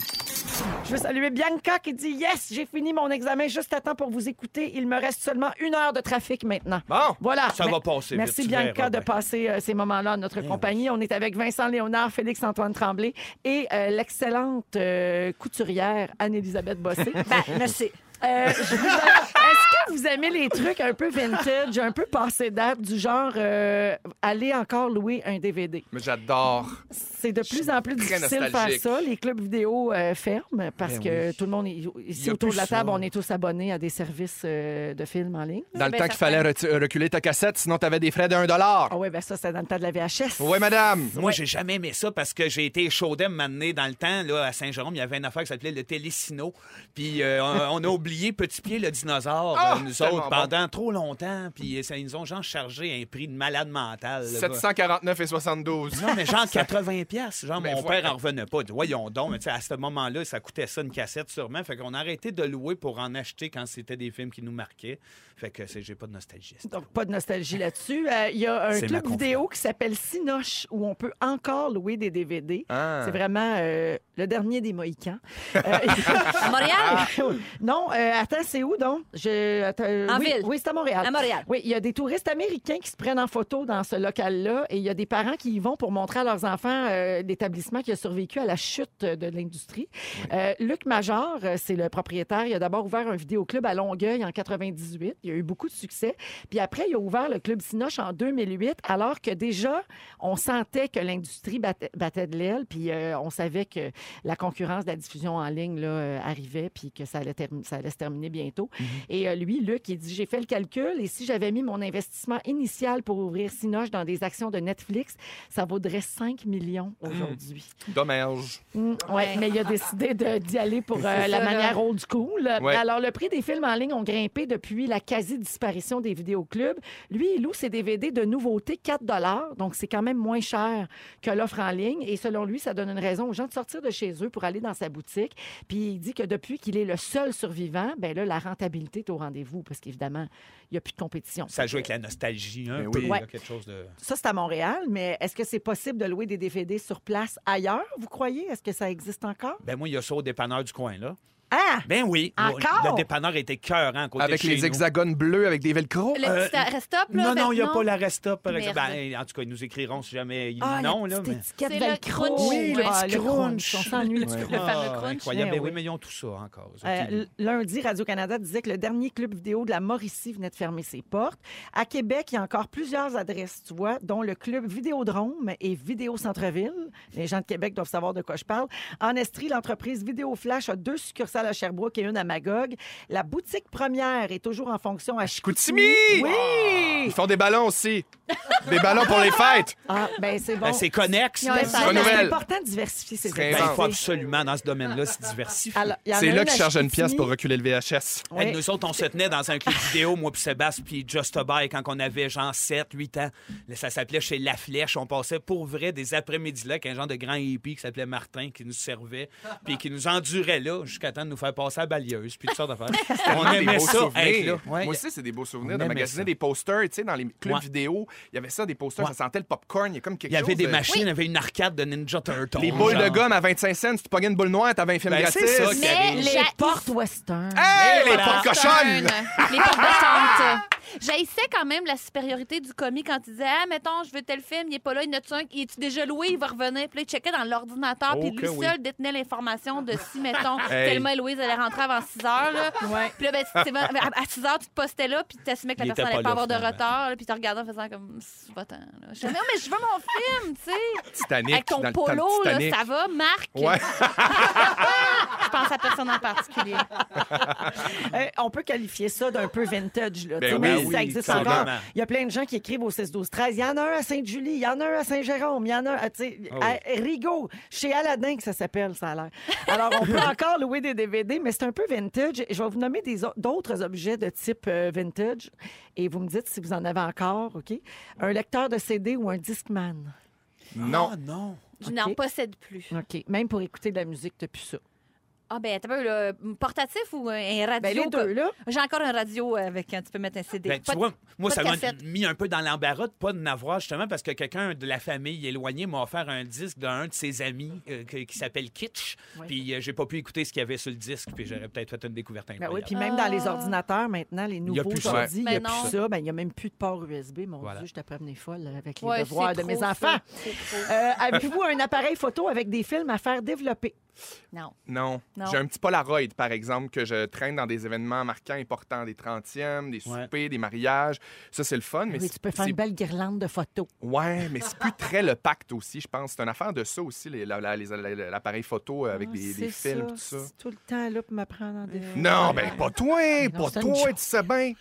A: Je veux saluer Bianca qui dit Yes, j'ai fini mon examen juste à temps pour vous écouter. Il me reste seulement une heure de trafic maintenant.
D: Bon,
A: Voilà.
B: Ça
A: Me-
B: va passer vite,
A: Merci
B: tu
A: Bianca
B: verras
A: de
B: bien. Eh
A: passer euh, ces moments-là en notre compagnie. On est avec Vincent Léonard, Félix-Antoine Tremblay et euh, l'excellente euh, couturière Anne-Élisabeth Bossé.
C: merci.
A: Euh, je vous- Est-ce que vous aimez les trucs un peu vintage, un peu passé date, du genre euh, aller encore louer un DVD?
D: mais j'adore.
A: C'est de plus en plus
D: très
A: difficile de faire
D: nostalgique.
A: ça. Les clubs vidéo euh, ferment parce
B: Ben
A: que
B: oui.
A: tout le monde, est-
B: Il y
A: ici
B: a
A: autour
B: plus
A: de la
B: ça.
A: table, on est tous abonnés à des services euh, de films en ligne.
D: Dans le
C: Ben,
D: temps qu'il fallait retu- reculer ta cassette, sinon t'avais des frais d'un dollar.
A: Ah oui, ben ça, c'est dans le temps de la VHS.
D: Oui, madame.
B: Moi, j'ai jamais aimé ça parce que j'ai été chaudem m'amener dans le temps. Là, à Saint-Jérôme, il y avait une affaire qui s'appelait le Télésino. Puis euh, on, on a oublié Petit Pied le dinosaure. comme nous
D: tellement
B: autres
D: bon.
B: pendant trop longtemps, puis ça, ils nous ont genre chargé un prix de malade mental. là, va.
D: 749 et 72.
B: Non, mais genre 80 pièces. Genre,
D: Mais
B: mon
D: voilà.
B: père en revenait pas. Il dit, Voyons donc, mais tu sais, à ce moment-là, ça coûtait ça une cassette sûrement. Fait qu'on a arrêté de louer pour en acheter quand c'était des films qui nous marquaient. Fait que c'est- j'ai pas de nostalgie.
A: Donc, pas de nostalgie là-dessus. Euh, Il y a un
B: C'est
A: club
B: ma
A: vidéo qui s'appelle Sinoche, où on peut encore louer des DVD.
D: Ah.
A: C'est vraiment euh, le dernier des Mohicans. Euh,
C: À Montréal?
A: non, euh, attends, c'est où donc? Je, attends, euh,
C: En
A: oui,
C: ville.
A: Oui, c'est à Montréal.
C: À Montréal.
A: Oui, il y a des touristes américains qui se prennent en photo dans ce local-là et il y a des parents qui y vont pour montrer à leurs enfants euh, l'établissement qui a survécu à la chute de l'industrie. Euh, Luc Major, euh, c'est le propriétaire, il a d'abord ouvert un vidéoclub à Longueuil en 98. Il y a eu beaucoup de succès. Puis après, il a ouvert le club Sinoche en 2008 alors que déjà, on sentait que l'industrie battait, battait de l'aile, puis euh, on savait que la concurrence de la diffusion en ligne là, euh, arrivait, puis que ça allait, termi- ça allait se terminer bientôt. Et euh, lui, Luc, il dit, j'ai fait le calcul, et si j'avais mis mon investissement initial pour ouvrir Sinoche dans des actions de Netflix, ça vaudrait 5 millions aujourd'hui.
D: Dommage.
A: Mm, ouais, mais il a décidé de- d'y aller pour euh, la
C: ça, là.
A: manière old school.
D: Ouais.
A: Alors, le prix des films en ligne ont grimpé depuis la quasi-disparition des vidéoclubs. Lui, il loue ses DVD de nouveauté 4 donc c'est quand même moins cher que l'offre en ligne. Et selon lui, ça donne une raison aux gens de sortir de chez eux pour aller dans sa boutique. Puis il dit que depuis qu'il est le seul survivant, ben là, la rentabilité est au rendez-vous parce qu'évidemment, il n'y a plus de compétition.
B: Ça joue avec la nostalgie hein, un
D: Mais
B: peu.
D: Ben oui.
B: là,
A: Ouais.
B: quelque chose de...
A: Ça, c'est à Montréal, mais est-ce que c'est possible de louer des DVD sur place ailleurs, vous croyez? Est-ce que ça existe encore?
B: Ben moi, il y a ça au dépanneur du coin, là.
A: Ah!
B: Ben oui.
A: Encore?
B: Le dépanneur était cœur, hein, côté
D: Avec
B: de chez
D: les
B: nous.
D: hexagones bleus, avec des velcro.
C: Le
B: Euh,
C: petit restop, là?
B: Non, non, il n'y a
C: Vernon?
B: pas la restop, par exemple.
C: Merde.
B: Ben, en tout cas, ils nous écriront si jamais ils
A: Ah,
B: non,
A: la
B: là.
A: petite
B: Mais...
A: étiquette
C: C'est le
A: velcro.
C: crunch. Oui, le
A: Ah,
B: petit crunch.
A: On s'ennuie du
D: Ouais.
A: crunch.
C: Le fameux crunch.
B: Incroyable.
A: Mais
B: Ben oui,
A: oui.
B: mais ils ont tout ça encore. eux
A: Euh,
B: autres, ils-
A: l- lundi, Radio-Canada disait que le dernier club vidéo de la Mauricie venait de fermer ses portes. À Québec, il y a encore plusieurs adresses, tu vois, dont le club Vidéodrome et Vidéo Centre-Ville. Les gens de Québec doivent savoir de quoi je parle. En Estrie, l'entreprise Vidéo Flash a deux succursales à Sherbrooke et une à Magog. La boutique première est toujours en fonction à Chicoutimi.
D: Chicoutimi! Ils
A: Oui!
D: font des ballons aussi. des ballons pour les fêtes.
A: Ah, ben c'est bon.
B: Ben, c'est connexe.
C: Ils ont
B: là.
A: Ben,
C: ça.
A: c'est-
D: Bonne
A: c'est
D: nouvelle.
A: important de diversifier ses
D: C'est
B: Ben,
A: activités.
B: il faut absolument, dans ce domaine-là, se diversifier.
A: Alors, il y en a
D: C'est
A: une
D: là
A: à
D: qu'ils chargent une pièce
A: Chicoutimi.
D: pour reculer le VHS.
A: Ouais.
B: Hey, Nous autres, on se tenait dans un club vidéo, moi puis Sébastien, puis Just a Buy, quand on avait genre 7, 8 ans. Là, Ça s'appelait chez La Flèche. On passait pour vrai des après-midi là avec un genre de grand hippie qui s'appelait Martin, qui nous servait, puis qui nous endurait là jusqu'à temps de nous faire passer à balieuse, puis toutes sortes d'affaires. on
D: Des
B: aimait
D: beaux
B: ça.
D: souvenirs.
B: être là. Ouais.
D: Moi aussi, c'est des beaux souvenirs
B: On
D: de
B: aimait
D: magasiner
B: ça.
D: des posters, tu sais, dans les clubs
B: Ouais.
D: vidéo. Il y avait ça, des posters,
B: Ouais.
D: ça sentait le popcorn, il y a comme quelque
B: Il y avait
D: chose
B: des
D: de-
B: machines, il y avait une arcade de Ninja Turtles.
D: Les boules de
B: genre.
D: gomme à 25 cents, si tu pognais une boule noire, t'avais un film
B: Ben,
D: gratuit.
B: c'est ça qui
C: Mais
B: arrive.
C: les-
A: Les portes western.
D: Hey, les
B: Voilà.
D: portes
C: Stern,
D: cochonnes!
C: Les portes battantes. J'haïssais quand même la supériorité du commis quand il disait Ah, mettons, je veux tel film, il est pas là, il y en a-tu un, il est-tu déjà loué, il va revenir. Puis là, il checkait dans l'ordinateur,
B: Oh
C: puis lui
B: que oui.
C: seul détenait l'information de si, mettons,
D: Hey.
C: Thelma et Louise allaient rentrer avant 6 heures. Là. Puis là, ben, tu- à- à 6 heures, tu te postais là, puis tu t'assumais que
B: Il
C: la
B: était
C: personne n'allait
B: pas
C: pas
B: là,
C: avoir de
B: finalement.
C: retard, là, puis tu regardais en faisant comme va-t'en. là. Je disais, non, mais je veux mon film, tu sais.
D: Titanic,
C: Avec ton
D: dans le temps de
C: polo, là,
D: Titanic.
C: ça va, Marc.
D: Ouais.
C: Je pense à personne en particulier.
A: Euh, on peut qualifier ça d'un peu vintage. Là,
D: Ben
A: tu sais,
D: oui,
A: même
D: ben
A: si
B: oui,
A: ça existe
B: totalement.
A: encore. Il y a plein de gens qui écrivent au 6 12 13 Il y en a un à Sainte-Julie, il y en a un à Saint-Jérôme, il y en a un à, tu sais,
D: Oh
B: Ah oui.
A: à Rigaud, chez Aladdin que ça s'appelle, ça a l'air. Alors, on peut encore louer des DVD, mais c'est un peu vintage. Je vais vous nommer des o- d'autres objets de type euh, vintage et vous me dites si vous en avez encore, OK? Un lecteur de CD ou un Discman.
D: Non.
B: Ah, non.
C: Je n'en
A: Ok.
C: possède plus.
A: OK. Même pour écouter de la musique, t'as plus ça.
C: Ah ben, t'as pas eu le portatif ou euh, un radio?
A: Ben, les deux, là.
C: J'ai encore un radio avec un, tu peux mettre un CD.
B: Ben, tu
C: Pas de-
B: vois, moi,
C: pas
B: ça
C: de
B: m'a
C: cassette.
B: mis un peu dans l'embarras de pas de n'avoir, justement, parce que quelqu'un de la famille éloignée m'a offert un disque d'un de ses amis euh, que- qui s'appelle Kitsch.
A: Ouais.
B: Puis euh, j'ai pas pu écouter ce qu'il y avait sur le disque, puis j'aurais peut-être fait une découverte
A: Ben
B: incroyable.
A: oui, puis même dans les
C: Ah.
A: ordinateurs maintenant, les
B: y a
A: nouveaux
B: plus ça.
A: ordi, il n'y
C: Mais
A: a plus
C: non.
A: ça. Ben, il n'y a même plus de port USB. Mon
B: Voilà.
A: Dieu, je t'ai prévenu folle avec les
C: Ouais,
A: devoirs
C: c'est
A: de
C: trop,
A: mes
C: ça.
A: enfants.
C: C'est trop.
A: Euh, Avez-vous un appareil photo avec des films à faire développer?
C: Non.
D: Non.
C: Non.
D: J'ai un petit Polaroid, par exemple, que je traîne dans des événements marquants, importants, des 30e, des
B: Ouais.
D: soupers, des mariages. Ça, c'est le fun, mais
A: Ah Oui,
D: c'est-
A: tu peux faire
D: c'est-
A: une belle guirlande de photos.
D: Ouais, mais c'est plus très le pacte aussi, je pense. C'est une affaire de ça aussi, les- la- la- les- la- l'appareil photo
A: Ah,
D: avec des, des films, tout Ah, ça.
A: tout le temps là pour m'apprendre en défaut.
D: Non, ben pas toi,
A: non,
D: pas
A: c'est une
D: toi,
A: joke.
D: tu sais bien.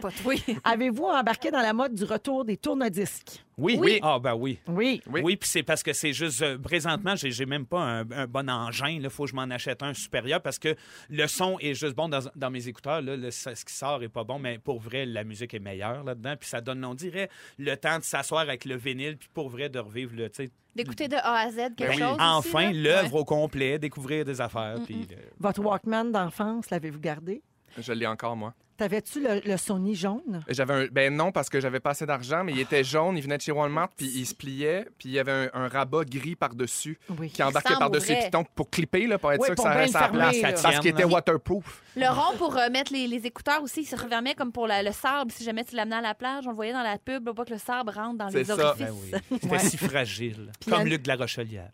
C: Pas toi.
A: Avez-vous embarqué dans la mode du retour des tourne-disques?
B: Oui.
C: Oui.
B: Ah, ben oui.
A: Oui.
B: Oui,
D: Oui.
B: puis c'est parce que c'est juste. euh, présentement, j'ai j'ai même pas un, un bon engin. Il faut que je m'en achète un supérieur parce que le son est juste bon dans, dans mes écouteurs. Là, le- ce qui sort est pas bon, mais pour vrai, la musique est meilleure là-dedans. Puis ça donne, on dirait, le temps de s'asseoir avec le vinyle, puis pour vrai, de revivre le. tu sais,
C: D'écouter de A à Z quelque
D: Ben oui.
C: chose. aussi,
B: Enfin,
C: là.
B: l'œuvre au complet, découvrir des affaires. Puis. euh,
A: Votre Walkman d'enfance, l'avez-vous gardé?
D: Je l'ai encore, moi.
A: T'avais-tu le, le Sony jaune?
D: J'avais un... Ben non, parce que j'avais pas assez d'argent, mais il était jaune, il venait de chez Walmart, puis il se pliait, puis il y avait un, un rabat gris par-dessus
A: Oui.
D: qui embarquait
C: ressemble au
D: par-dessus les
C: vrai.
D: pitons pour clipper, là, pour être
A: Oui,
D: sûr que
A: pour
D: ça
A: bien
D: reste
A: le
D: à la
A: fermer,
D: place.
A: là.
D: Parce qu'il était
B: Tienne, là.
D: waterproof.
C: Le rond pour euh, mettre les, les écouteurs aussi, il se refermait comme pour la- le sable. Si jamais tu l'amenais à la plage, on le voyait dans la pub, pas que le sable rentre dans
D: C'est
C: les
D: ça.
C: orifices.
B: Ben oui. C'était
A: Ouais.
B: si fragile.
A: Puis
B: comme
A: elle-
B: Luc de la Rochelière.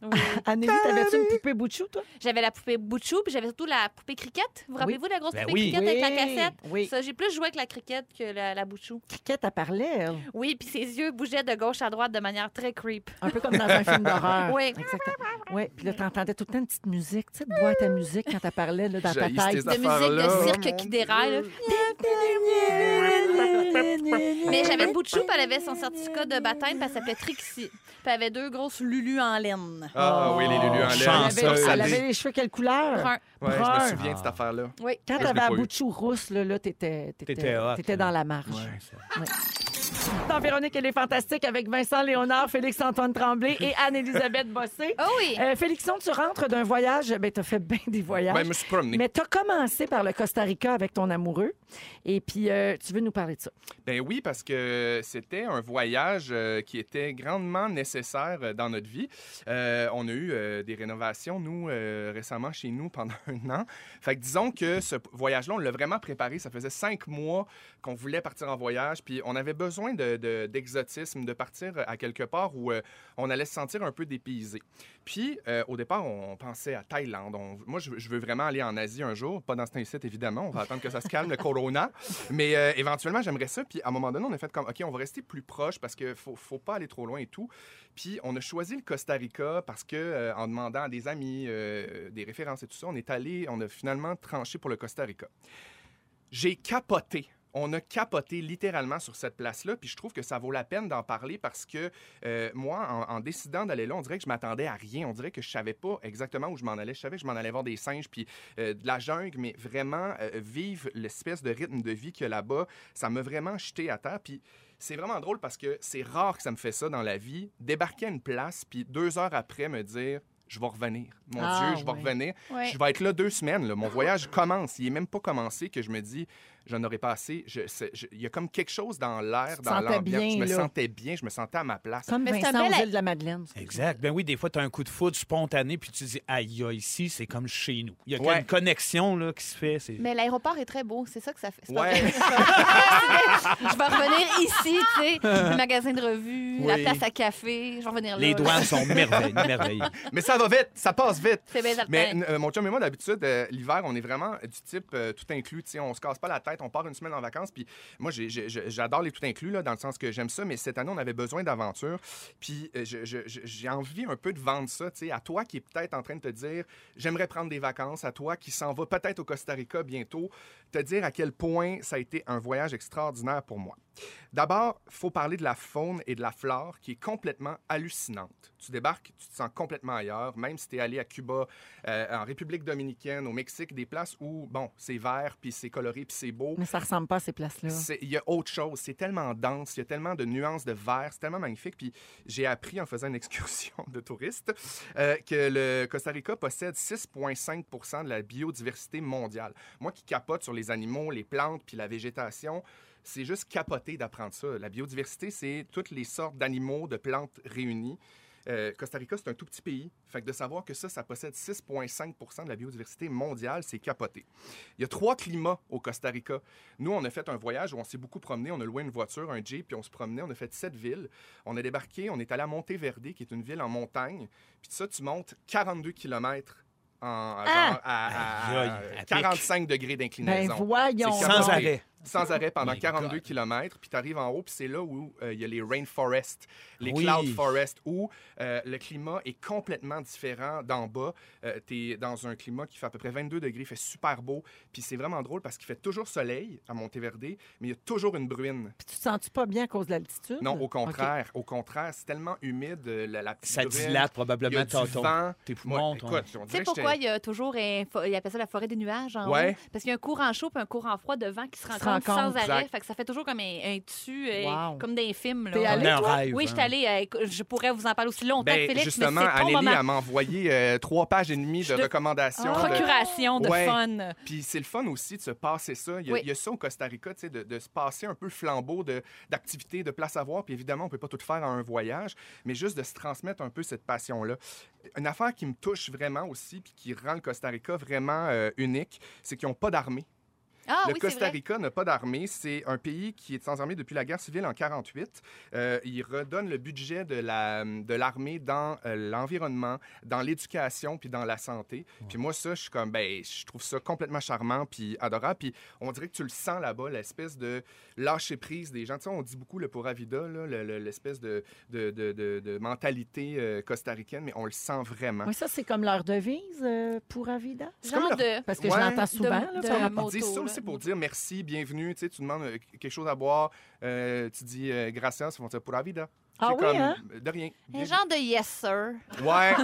A: Anélie, t'avais-tu une poupée bout de chou, toi?
C: J'avais la poupée Bouchou, puis j'avais surtout la poupée cricket. Vous rappelez-vous de la grosse
B: Ben
C: poupée
B: oui.
C: cricket avec la
A: Oui,
C: cassette?
A: oui.
C: Ça, j'ai plus joué avec la cricket que la, la Bouchou.
A: Cricket, à parler, elle.
C: Oui, puis ses yeux bougeaient de gauche à droite de manière très creep.
A: Un peu comme dans un film d'horreur.
C: Oui.
A: Exactement. Oui, puis là, t'entendais tout le temps une petite musique, tu sais, de boîte à musique quand elle parlait là, dans ta
D: Jaillissent
A: tête.
D: tes
C: De musique de
D: affaires-là,
C: cirque
D: mon
C: qui déraille. là. Mais
A: Mais
C: j'avais Bouchou, puis elle avait son certificat de baptême, puis elle s'appelait Trixie. Puis elle avait deux grosses lulus en laine.
D: Ah oui, les Lulu en
B: Elle
A: Elle
D: l'air.
B: Chanceuse.
A: avait, Oh, elle
D: salée.
A: avait les cheveux quelle couleur?
C: Brun.
D: Ouais, je
A: brun.
D: me souviens de cette affaire-là.
C: Oui.
A: Quand
D: je l'ai
A: t'avais à
D: pas eu.
A: bout de chou rousse, là, là t'étais, t'étais,
B: T'étais hot,
A: t'étais
B: là.
A: dans la marge. Dans Véronique, elle est fantastique avec Vincent Léonard, Félix-Antoine Tremblay et Anne-Élisabeth Bossé.
C: Oh oui.
A: Euh, Félixon, tu rentres d'un voyage. Ben, t'as fait bien des voyages.
D: Ben, je me suis promené.
A: Mais t'as commencé par le Costa Rica avec ton amoureux. Et puis, euh, tu veux nous parler de ça.
D: Ben oui, parce que c'était un voyage euh, qui était grandement nécessaire euh, dans notre vie. Euh, on a eu euh, des rénovations, nous, euh, récemment chez nous pendant un an. Fait que disons que ce p- voyage-là, on l'a vraiment préparé. Ça faisait cinq mois qu'on voulait partir en voyage, puis on avait besoin de- de- d'exotisme, de, partir à quelque part où euh, on allait se sentir un peu dépaysé. Puis, euh, au départ, on pensait à Thaïlande. On- moi, je, je veux vraiment aller en Asie un jour, pas dans cet incite, évidemment. On va attendre que ça se calme, le corona. Mais euh, éventuellement, j'aimerais ça. Puis à un moment donné, on a fait comme, OK, on va rester plus proche parce qu'il faut, faut pas aller trop loin et tout. Puis on a choisi le Costa Rica parce que euh, en demandant à des amis euh, des références et tout ça, on est allé, on a finalement tranché pour le Costa Rica. J'ai capoté. On a capoté littéralement sur cette place-là, puis je trouve que ça vaut la peine d'en parler parce que euh, moi, en, en décidant d'aller là, on dirait que je m'attendais à rien. On dirait que je savais pas exactement où je m'en allais. Je savais que je m'en allais voir des singes, puis euh, de la jungle, mais vraiment euh, vivre l'espèce de rythme de vie qu'il y a là-bas, ça m'a vraiment jeté à terre. Puis c'est vraiment drôle parce que c'est rare que ça me fait ça dans la vie. Débarquer à une place, puis deux heures après me dire, je vais revenir. Mon
A: Ah,
D: Dieu, je vais
A: ouais.
D: revenir.
C: Ouais.
D: Je vais être là deux semaines. là. Mon voyage commence. Il n'est même pas commencé que je me dis, j'en aurais pas assez. Je- c'est- je- il y a comme quelque chose dans l'air,
A: Tu te
D: dans
A: sentais bien,
D: l'ambiance. Je me
A: là.
D: sentais bien, je me sentais à ma place.
A: Comme
C: Mais c'est un
A: Vincent
C: bel-
A: aux îles de la Madeleine.
B: Exact. Ben oui, des fois, tu as un coup de foudre spontané, puis tu dis, aïe, aïe, ici, c'est comme chez nous. Il y a
D: Ouais.
B: une connexion là, qui se fait. c'est-
C: Mais l'aéroport est très beau, c'est ça que ça fait. C'est pas
D: Ouais.
C: vrai, c'est pas vrai. je vais revenir ici, tu sais, le magasin de revues, la
D: Oui.
C: place à café, je vais revenir là.
B: Les douanes sont merveilleuses, merveilleuses.
D: Mais ça va vite, ça passe vite.
C: C'est bien certain.
D: Mais n- euh, mon chum et moi, d'habitude, euh, l'hiver, on est vraiment du type euh, tout inclus. tu sais, On se casse pas la tête, on part une semaine en vacances. Puis moi, j'ai- j'ai- j'ai- j'adore les tout inclus, là, dans le sens que j'aime ça. Mais cette année, on avait besoin d'aventure. Puis euh, je- je- je- j'ai envie un peu de vendre ça tu sais, à toi qui est peut-être en train de te dire j'aimerais prendre des vacances, à toi qui s'en va peut-être au Costa Rica bientôt, te dire à quel point ça a été un voyage extraordinaire pour moi. D'abord, faut parler de la faune et de la flore qui est complètement hallucinante. Tu débarques, tu te sens complètement ailleurs, même si tu es allé à Cuba, euh, en République dominicaine, au Mexique, des places où, bon, c'est vert, puis c'est coloré, puis c'est beau.
A: Mais ça ressemble pas à ces places-là.
D: C'est- Il y a autre chose. C'est tellement dense, il y a tellement de nuances de vert, c'est tellement magnifique. Puis j'ai appris en faisant une excursion de touriste euh, que le Costa Rica possède 6,5 de la biodiversité mondiale. Moi qui capote sur les animaux, les plantes, puis la végétation, c'est juste capoté d'apprendre ça. La biodiversité, c'est toutes les sortes d'animaux, de plantes réunies. Euh, Costa Rica, c'est un tout petit pays. Fait que de savoir que ça, ça possède 6,5 de la biodiversité mondiale, c'est capoté. Il y a trois climats au Costa Rica. Nous, on a fait un voyage où on s'est beaucoup promené. On a loué une voiture, un jeep, puis on se promenait. On a fait sept villes. On a débarqué, on est allé à Monteverde, qui est une ville en montagne. Puis ça, tu montes 42 km en, genre, à, à- à
B: Aïe, aïe, à pic.
D: 45 degrés
A: Ben
D: d'inclinaison.
A: voyons.
D: C'est
A: donc.
B: Sans arrêt.
D: sans arrêt pendant
B: Oh My
D: 42
B: God.
D: km. Puis tu arrives en haut, puis c'est là où euh, il y a les rainforests, les
B: Oui.
D: cloud forests, où euh, le climat est complètement différent d'en bas. tu es dans un climat qui fait à peu près 22 degrés, fait super beau. Puis c'est vraiment drôle parce qu'il fait toujours soleil à Monteverde, mais il y a toujours une bruine.
A: Puis tu te sens-tu pas bien à cause de l'altitude?
B: Hmm.
D: Non, au
A: OK.
D: contraire. Au contraire, c'est tellement humide, euh, la, la petite
B: Ça
D: bruine,
B: dilate
D: il y a
B: probablement
D: du
B: ton, ton-
D: vent.
B: tes
D: Moi,
B: poumons. ton-
D: écoute, on
C: Tu sais
D: dirait que
C: pourquoi
D: j'étais-
C: il y a toujours un fo- il appelle ça la forêt des nuages en
D: Ouais.
C: haut? Parce qu'il y a un courant chaud et un courant froid de vent qui se
A: Qui se
C: rencontrent sans
A: rencontrent,
C: arrêt.
D: exact.
C: Fait que ça fait toujours comme un, un tu,
A: Wow.
C: euh, comme des films.
A: T'es
C: Là.
A: allée,
B: un
A: toi?
B: rêve,
C: Oui,
B: hein.
C: je suis allée. euh, écou- je pourrais vous en parler aussi longtemps,
D: Ben,
C: Félix,
D: justement,
C: mais c'est ton
D: Anélie,
C: moment.
D: elle m'a envoyé euh, trois pages et demie
C: Je
D: de
C: te- Ah,
D: recommandations. de-
C: Procuration de
D: Ouais.
C: fun.
D: Puis c'est le fun aussi de se passer ça. Il y a,
C: Oui.
D: il y a ça au Costa Rica, tu sais, de, de se passer un peu le flambeau de- d'activités, de, places à voir. Puis évidemment, on peut pas tout faire en un voyage, mais juste de se transmettre un peu cette passion-là. Une affaire qui me touche vraiment aussi, puis qui rend le Costa Rica vraiment euh, unique, c'est qu'ils n'ont pas d'armée.
C: Ah
D: le
C: oui, c'est
D: Costa
C: vrai.
D: Rica n'a pas d'armée. C'est un pays qui est sans armée depuis la guerre civile en 48. Euh, il redonne le budget de la- de l'armée dans euh, l'environnement, dans l'éducation, puis dans la santé. Puis moi, ça, je suis comme, ben, je trouve ça complètement charmant, puis adorable. Puis on dirait que tu le sens là-bas, l'espèce de lâcher prise des gens. Tu sais, on dit beaucoup le pour Avida, l'espèce de, de, de- de- de mentalité euh, costaricaine, mais on le sent vraiment.
A: Oui, ça, c'est comme leur devise euh, pour Avida.
D: c'est comme
C: Genre de...
A: Parce que je
D: Ouais.
A: l'entends souvent.
C: De-
A: là,
C: de-
A: par rapport-
D: Ils disent
C: moto,
D: Bah, ça
C: là.
D: aussi pour dire merci, bienvenue. Tu, sais, tu demandes euh, quelque chose à boire, euh, tu dis euh, gracias, ils vont dire pour la vida.
A: Ah
D: C'est
A: oui,
D: comme,
A: hein?
D: euh, De rien.
C: Un genre de yes, sir.
D: Ouais,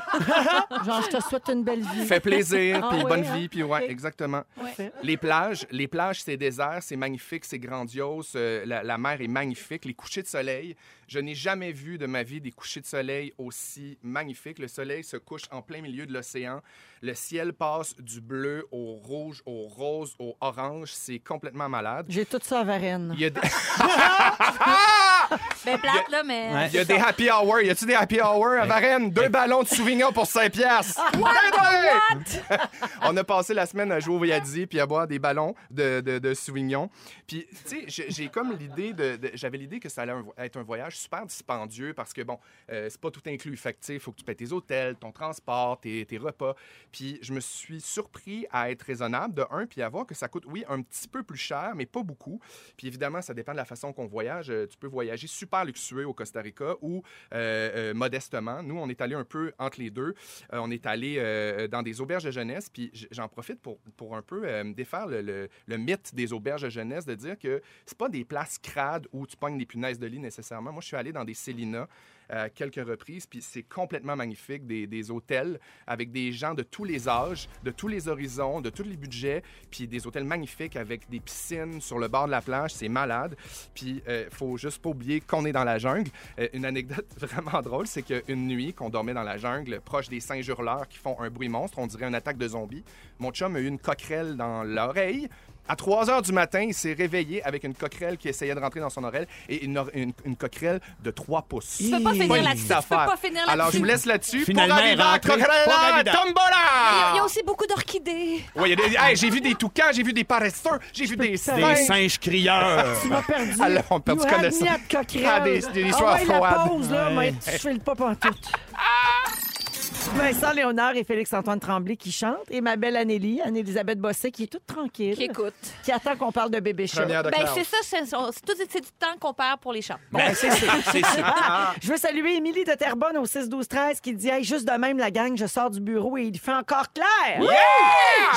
A: Genre, je te souhaite une belle vie.
D: fait plaisir,
A: Ah
D: puis
A: oui,
D: bonne
A: hein?
D: vie, puis ouais,
A: Ok.
D: exactement.
A: Parfait.
D: Les plages, les plages, c'est désert, c'est magnifique, c'est grandiose. euh, la, la mer est magnifique. Les couchers de soleil, je n'ai jamais vu de ma vie des couchers de soleil aussi magnifiques. Le soleil se couche en plein milieu de l'océan. Le ciel passe du bleu au rouge, au rose, au orange. C'est complètement malade.
A: J'ai tout ça à Varennes.
D: Il y a des...
C: Ben plate, là, mais...
B: Ouais.
D: Il y a des happy hour. Y a-tu des happy hour à Varennes? Deux ballons de Sauvignon pour 5 piastres. Ben ben! On a passé la semaine à jouer au Viadi puis à boire des ballons de, de, de Sauvignon. Puis, tu sais, j'ai- j'ai comme l'idée de, de- J'avais l'idée que ça allait un vo- être un voyage super dispendieux parce que, bon, euh, c'est pas tout inclus. Fait que, tu sais, il faut que tu payes tes hôtels, ton transport, tes, tes repas. Puis, je me suis surpris à être raisonnable, de un, puis à voir que ça coûte, oui, un petit peu plus cher, mais pas beaucoup. Puis évidemment, ça dépend de la façon qu'on voyage. Euh, tu peux voyager super luxueux au Costa Rica ou euh, euh, modestement. Nous, on est allé un peu entre les deux. Euh, on est allé euh, dans des auberges de jeunesse. Puis j- j'en profite pour, pour un peu euh, défaire le, le- le mythe des auberges de jeunesse, de dire que c'est pas des places crades où tu pognes des punaises de lit nécessairement. Moi, je suis allé dans des Célinas à euh, quelques reprises, puis c'est complètement magnifique, des, des hôtels avec des gens de tous les âges, de tous les horizons, de tous les budgets, puis des hôtels magnifiques avec des piscines sur le bord de la plage, c'est malade. Puis euh, faut juste pas oublier qu'on est dans la jungle. Euh, une anecdote vraiment drôle, c'est qu'une nuit qu'on dormait dans la jungle, proche des singes hurleurs qui font un bruit monstre, on dirait une attaque de zombies, mon chum a eu une coquerelle dans l'oreille. À 3 heures du matin, il s'est réveillé avec une coquerelle qui essayait de rentrer dans son oreille et une, or- une- une coquerelle de 3 pouces.
C: Tu peux pas
D: Pas
C: finir
D: une
C: là-dessus.
D: petite
C: Tu peux
D: affaire.
C: pas finir là-dessus.
D: Alors, je vous laisse là-dessus.
B: Finalement,
D: pour Arriva,
B: rentré. Pour
D: Crocodile,
B: Arriva.
C: Il y a
D: Tombola!
C: aussi beaucoup d'orchidées.
D: Ouais, il y a des- hey, j'ai vu des toucans, j'ai vu des paresseux, j'ai vu des
B: Des
D: singes.
B: singes crieurs.
A: Tu m'as perdu.
D: Alors, Ah, on perd-
A: You
D: tu
A: had
D: connais ça.
A: me at coquerelle.
D: Ah, des- des
A: Ah
D: histoires
A: ouais, la
D: froides.
A: pause, là,
B: Ouais.
A: mais tu fais le pas pantoute. Vincent Léonard et Félix-Antoine Tremblay qui chantent et ma belle Anélie, Anne-Élisabeth Bossé, qui est toute tranquille,
C: Qui écoute.
A: qui attend qu'on parle de bébé chat.
D: Première de
C: Ben,
D: classe.
C: c'est ça, c'est c'est tout c'est du temps qu'on perd pour les chats.
B: Ben, c'est sûr, c'est sûr.
A: Je veux saluer Émilie de Terrebonne au 6-12-13 qui dit hey, juste de même, la gang, je sors du bureau et il fait encore clair.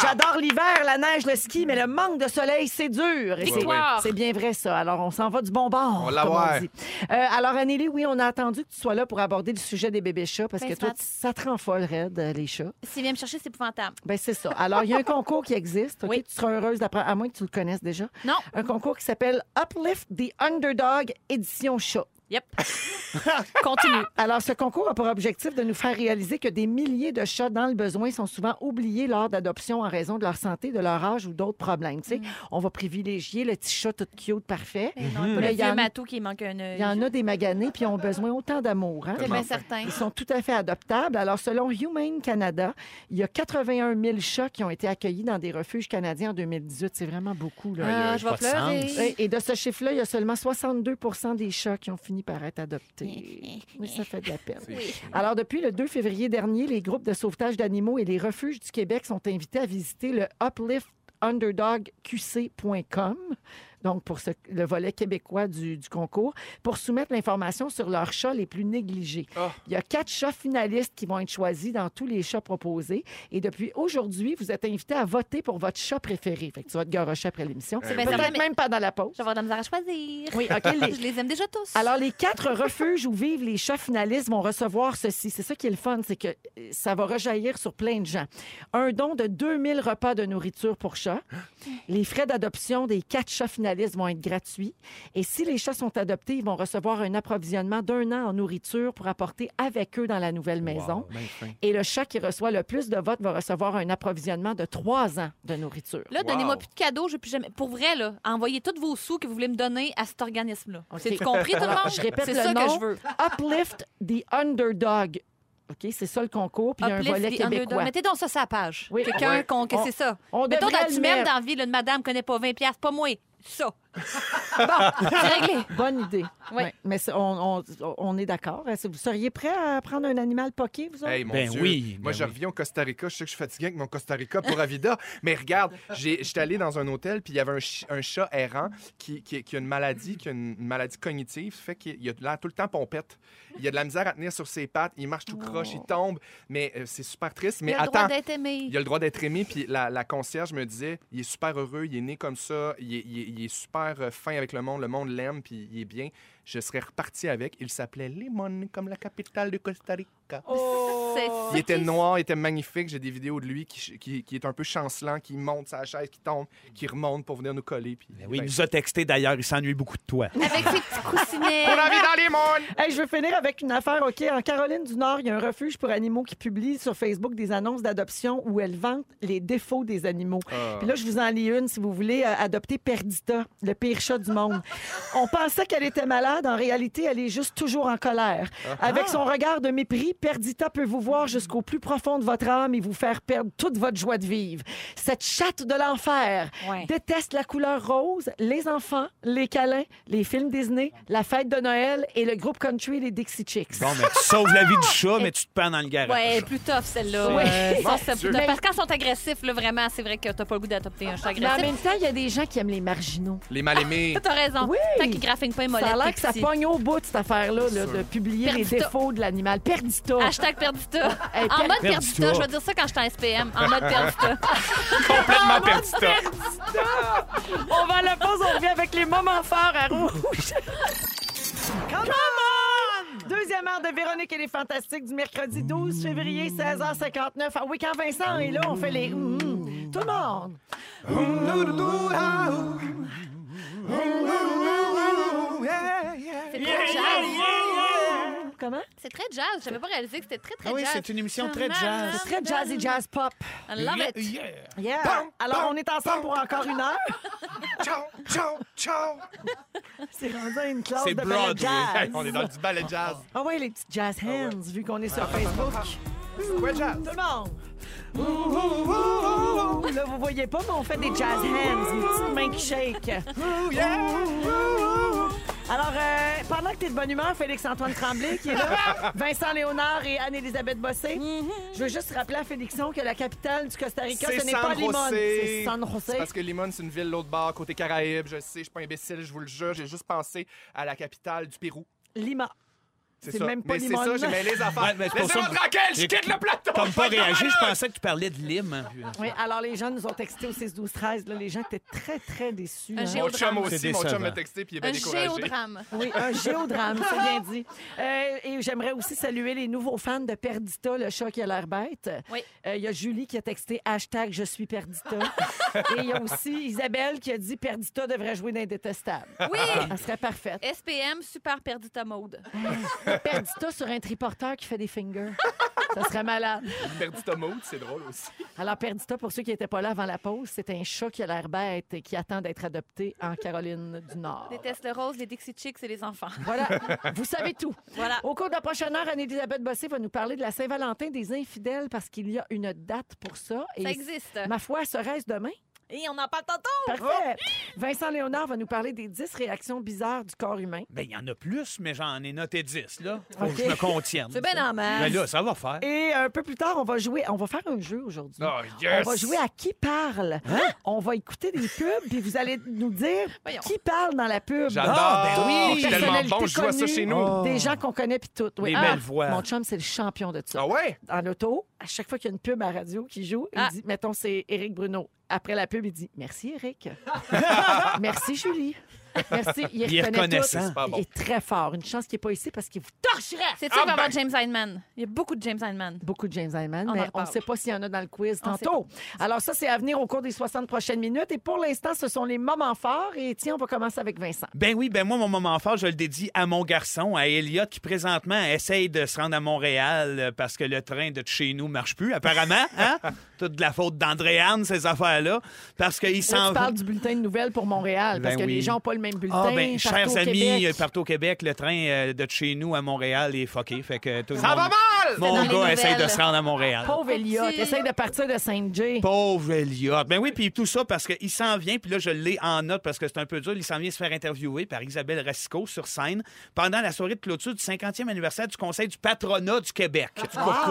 A: J'adore l'hiver, la neige, le ski, mais le manque de soleil, c'est dur. Et c'est-
C: Victoire.
A: C'est bien vrai, ça. Alors, on s'en va du bon bord.
D: On va
A: comme
D: l'avoir.
A: dit. Euh, alors, Anneli, oui, on a attendu que tu sois là pour aborder le sujet des bébés chats parce
C: Ben,
A: que
C: ce
A: toi,
C: matin-
A: tu- ça te rend folle, raide, euh, les chats.
C: S'il vient me chercher, c'est épouvantable.
A: Ben c'est ça. Alors, il y a un concours qui existe. OK?
C: Oui.
A: Tu seras heureuse d'apprendre, à moins que tu le connaisses déjà.
C: Non.
A: Un concours qui s'appelle Uplift the Underdog Édition Chat.
C: Yep. Continue.
A: Alors, ce concours a pour objectif de nous faire réaliser que des milliers de chats dans le besoin sont souvent oubliés lors d'adoption en raison de leur santé, de leur âge ou d'autres problèmes. Tu
C: Mm.
A: sais, On va privilégier le petit chat tout cute, parfait.
C: Mais Eh non, il y a
A: Mhm. Mais
C: le
A: il y en-
C: vieux matou qui manque un
A: Il y en a des maganés puis ils ont besoin autant d'amour. hein?
C: C'est bien certain.
A: Ils sont tout à fait adoptables. Alors, selon Humane Canada, il y a 81 000 chats qui ont été accueillis dans des refuges canadiens en 2018. C'est vraiment beaucoup. Là.
C: Ah,
B: a
C: je
B: pas
C: vais
B: de sens.
C: pleurer.
A: Et et de ce chiffre-là, il y a seulement 62 des chats qui ont fini par être adoptés. Oui, ça fait de la peine. Alors, depuis le 2 février dernier, les groupes de sauvetage d'animaux et les refuges du Québec sont invités à visiter le upliftunderdogqc.com. donc pour ce- le volet québécois du, du concours, pour soumettre l'information sur leurs chats les plus négligés.
D: Ah.
A: Il y a quatre chats finalistes qui vont être choisis dans tous les chats proposés. Et depuis aujourd'hui, vous êtes invités à voter pour votre chat préféré. Fait que tu vas te garocher après l'émission.
D: C'est
C: bien certain,
A: Peut-être
C: mais-
A: même pendant la pause.
C: Je vais avoir de la misère à choisir.
A: Oui, OK. les-
C: Je les aime déjà tous.
A: alors, les quatre refuges où vivent les chats finalistes vont recevoir ceci. C'est ça qui est le fun, c'est que euh, ça va rejaillir sur plein de gens. Un don de 2000 repas de nourriture pour chats. Les frais d'adoption des quatre chats finalistes vont être gratuits. Et si les chats sont adoptés, ils vont recevoir un approvisionnement d'un an en nourriture pour apporter avec eux dans la nouvelle maison.
D: Ben, fin.
A: Et le chat qui reçoit le plus de votes va recevoir un approvisionnement de trois ans de nourriture.
C: Là,
D: Wow.
C: donnez-moi plus de cadeaux, je veux plus jamais. Pour vrai, là, envoyez tous vos sous que vous voulez me donner à cet organisme-là.
A: OK.
C: C'est compris, tout le monde?
A: Je répète
C: C'est
A: le
C: ça
A: nom.
C: que je veux.
A: Uplift the Underdog. OK, c'est ça le concours. Puis il y a un
C: Uplift
A: volet
C: the
A: québécois.
C: underdog. Mettez donc ça sur la page.
A: Oui.
C: Quelqu'un
D: Ouais.
C: qu'on- que
A: On-
C: c'est ça.
A: on
C: Mettons
A: devrait
C: dans
A: le
C: tu m'aimes
A: mettre.
C: dans la vie, là, une madame connaît pas 20 pièces, pas moi. Ça. bon, c'est réglé.
A: Bonne idée.
C: Oui.
A: Ouais. Mais c'est- on, on- on est d'accord. Est-ce que Vous seriez prêt à prendre un animal poqué, vous autres?
D: Hey, mon
B: Ben
D: Dieu.
B: oui,
D: Moi,
B: ben
D: je
B: oui.
D: reviens au Costa Rica. Je sais que je suis fatigué avec mon Costa Rica pour Avida. mais regarde, j'ai- j'étais allé dans un hôtel, puis il y avait un, chi- un chat errant qui, qui- qui a une maladie, qui a une, une maladie cognitive, fait qu'il il a de l'air tout le temps pompette. Il a de la misère à tenir sur ses pattes. Il marche tout croche, il tombe. Mais euh, c'est super triste. Mais
C: Oh. Il a le droit
D: attends.
C: d'être aimé.
D: Il a le droit d'être aimé, puis la, la concierge me disait, il est super heureux, il est né comme ça, il est, il est- il est super euh, fin avec le monde, le monde l'aime, puis il est bien. Je serais reparti avec. Il s'appelait Lemon, comme la capitale de Costa Rica.
A: Oh!
C: C'est ça
D: Il était
C: qui-
D: noir, il était magnifique. J'ai des vidéos de lui qui, ch- qui- qui est un peu chancelant, qui monte sa chaise, qui tombe, qui remonte pour venir nous coller. Puis,
B: Ben oui, il
D: ben,
B: nous a texté d'ailleurs, il s'ennuie beaucoup de toi.
C: Avec ses petits coussinets.
D: on a envie d'aller, mon!
A: Hey, je veux finir avec une affaire. OK, en Caroline du Nord, il y a un refuge pour animaux qui publie sur Facebook des annonces d'adoption où elles vantent les défauts des animaux.
D: Ah. Euh.
A: Puis là, je vous en lis une, si vous voulez, euh, adopter Perdita, le pire chat du monde. On pensait qu'elle était malade. En réalité, elle est juste toujours en colère. Avec son regard de mépris, Perdita peut vous voir jusqu'au plus profond de votre âme et vous faire perdre toute votre joie de vivre. Cette chatte de l'enfer
C: Ouais.
A: déteste la couleur rose, les enfants, les câlins, les films Disney, la fête de Noël et le groupe country Les Dixie Chicks.
B: Bon, mais tu sauves la vie du chat, mais tu te pends dans le garage.
C: Ouais, elle est plus tough celle-là.
A: Oui.
C: Euh, ça,
D: Mon
C: c'est
D: Dieu.
C: plus tough. Parce que quand ils sont agressifs, là, vraiment, c'est vrai que t'as pas le goût d'adopter un chat
A: Mais en
C: agressif.
A: même temps, il y a des gens qui aiment les marginaux.
D: Les mal-aimés.
C: T'as raison.
A: Oui.
C: Tant qu'ils graffinent pas les mollets.
A: Ça a l'air
C: t'es
A: que ça
C: petit.
A: pogne au bout de cette affaire-là, là, de publier les
C: Perdita.
A: défauts de l'animal. Perdita.
C: Hashtag perdita.
A: Hey,
C: en
A: per-
C: mode
B: Perdita.
C: perdita, je vais dire ça quand je suis en SPM. En mode perdita.
B: complètement perdu.
A: On va à la pause, on revient avec les moments forts à rouge. Come on! Deuxième heure de Véronique et les Fantastiques du mercredi 12 février, 16h59. Ah oui, quand Vincent est là, on fait les... hum, hum. Tout le monde!
C: C'est très jazz.
A: Comment?
C: C'est très jazz. J'avais pas réalisé que c'était très, très
B: Ah oui,
C: jazz.
B: c'est une émission très jazz.
A: C'est très jazz et jazz pop.
C: I love it.
B: Yeah.
A: Yeah. Alors, on est ensemble pour encore une heure.
D: Ciao, ciao, ciao!
A: C'est rendu à une classe
B: C'est
A: Oh, de ballet
B: Broadway.
A: jazz. Oh,
D: On est dans du ballet jazz.
A: Ah ouais, les petites jazz hands, vu qu'on est sur Facebook.
D: C'est quoi, jazz?
A: Tout le monde! Là, vous voyez pas, mais on fait des jazz hands, des petites mains qui shake. Alors, euh, pendant que t'es de bonne humeur, Félix-Antoine Tremblay, qui est là, Vincent Léonard et Anne-Élisabeth Bossé, je veux juste rappeler à Félixon que la capitale du Costa Rica,
D: Mm-hmm. C'est
A: ce n'est
D: San
A: pas Limon,
D: José.
A: c'est San José.
D: C'est parce que Limon, c'est une ville l'autre bord, côté Caraïbes. Je sais, je suis pas imbécile, je vous le jure. J'ai juste pensé à la capitale du Pérou.
A: Lima. C'est
D: ça.
A: même pas
D: Mais c'est
A: Limon.
D: ça, j'ai mêlé les affaires.
B: Ouais, mais c'est pour
D: Laissez-moi
B: ça que-
D: tranquille, je quitte le plateau.
B: T'as pas
D: Je vais
B: réagi,
D: dans
B: je
D: la
B: pensais que tu parlais de hein. Lime.
A: Oui, alors les gens nous ont texté au 6 12 13 là, les gens étaient très très déçus.
C: Un
A: hein.
D: Mon
C: géodrame.
D: chum
B: C'est
D: aussi, mon
B: décevant.
D: chum m'a texté puis il est bien
C: Un
D: découragé.
C: géodrame.
A: Oui, un géodrame, c'est bien dit. Euh, et j'aimerais aussi saluer les nouveaux fans de Perdita, le chat qui a l'air bête. Euh,
C: Oui.
A: Il y a Julie qui a texté hashtag Je suis Perdita. et il y a aussi Isabelle qui a dit Perdita devrait jouer d'indétestable.
C: Oui.
A: Elle serait parfaite.
C: SPM, super perdita mode.
A: Perdita sur un triporteur qui fait des fingers. Ça serait malade.
D: Perdu ta mode, c'est drôle aussi.
A: Alors, Perdita, pour ceux qui n'étaient pas là avant la pause, c'est un chat qui a l'air bête et qui attend d'être adopté en Caroline du Nord.
C: Déteste le rose, les Dixie Chicks et les enfants.
A: Voilà, vous savez tout.
C: Voilà.
A: Au cours de la prochaine heure, Anne-Élisabeth Bossé va nous parler de la Saint-Valentin des infidèles parce qu'il y a une date pour ça. Et
C: Ça existe.
A: Ma foi, serait-ce demain?
C: Et on en parle tantôt.
A: Parfait. Vincent Léonard va nous parler des 10 réactions bizarres du corps humain.
B: Ben, il y en a plus, mais j'en ai noté 10, là. Faut
A: Ok.
B: que je me contienne.
C: C'est bien en masse.
B: Mais là, ça va faire.
A: Et un peu plus tard, on va jouer, on va faire un jeu aujourd'hui.
D: Oh, yes! Hein?
A: On va jouer à qui parle. On va écouter des pubs, puis vous allez nous dire
C: Voyons.
A: qui parle dans la pub.
D: J'adore! Oh,
B: Ah, ben oui!
D: Je suis tellement
A: Personnalité
D: bon, je joue à ça
A: connue,
D: chez nous.
B: Oh.
A: Des gens qu'on connaît puis tout. Oui.
B: Des belles voix.
A: Mon chum, c'est le champion de ça.
D: Ah ouais?
A: Dans l'auto, à chaque fois qu'il y a une pub à radio qui joue,
C: Ah.
A: il dit, mettons, c'est Éric Bruno. Après la pub, il dit Merci, Éric. Merci, Julie. Merci.
B: Il
A: Il,
B: est
A: reconnaît
B: reconnaissant.
A: tout.
D: C'est pas bon.
A: Il est très fort. Une chance qu'il n'est pas ici parce qu'il vous torcherait.
C: C'est
B: Ah,
C: sûr qu'il va y
D: ben.
C: avoir James Heineman. Il y a beaucoup de James Heineman.
A: Beaucoup de James Hyman,
C: On en
A: mais on ne
C: reparle.
A: sait pas s'il y en a dans le quiz
C: On sait
A: tantôt. Alors ça, c'est à venir au cours des 60 prochaines minutes. Et pour l'instant, ce sont les moments forts. Et tiens, on va commencer avec Vincent.
B: Ben oui, ben moi, mon moment fort, je le dédie à mon garçon, à Elliot, qui présentement essaye de se rendre à Montréal euh, parce que le train de chez nous marche plus, apparemment. Hein? Toute de la faute d'Andréane, ces affaires-là. Parce qu'il
A: Là,
B: s'en
A: tu
B: va.
A: parles du bulletin de nouvelles pour Montréal, parce
B: Ben
A: que
B: oui.
A: les gens n'ont pas le même bulletin.
B: Ah, ben,
A: partout
B: chers
A: au
B: amis,
A: Québec.
B: euh, partout au Québec, le train euh, de chez nous à Montréal est fucké. Fait que tout le
D: Ça
B: monde-
D: va mal!
B: Mon
C: C'est dans les
B: gars essaye de
C: nouvelles.
B: se rendre à Montréal.
A: Pauvre Elliot,
C: Petit.
A: essaye de partir de Saint-J.
B: Pauvre Elliot. Ben oui, puis tout ça parce qu'il s'en vient, puis là, je l'ai en note parce que c'est un peu dur. Il s'en vient se faire interviewer par Isabelle Racicot sur scène pendant la soirée de clôture du 50e anniversaire du Conseil du patronat du Québec.
C: Ah,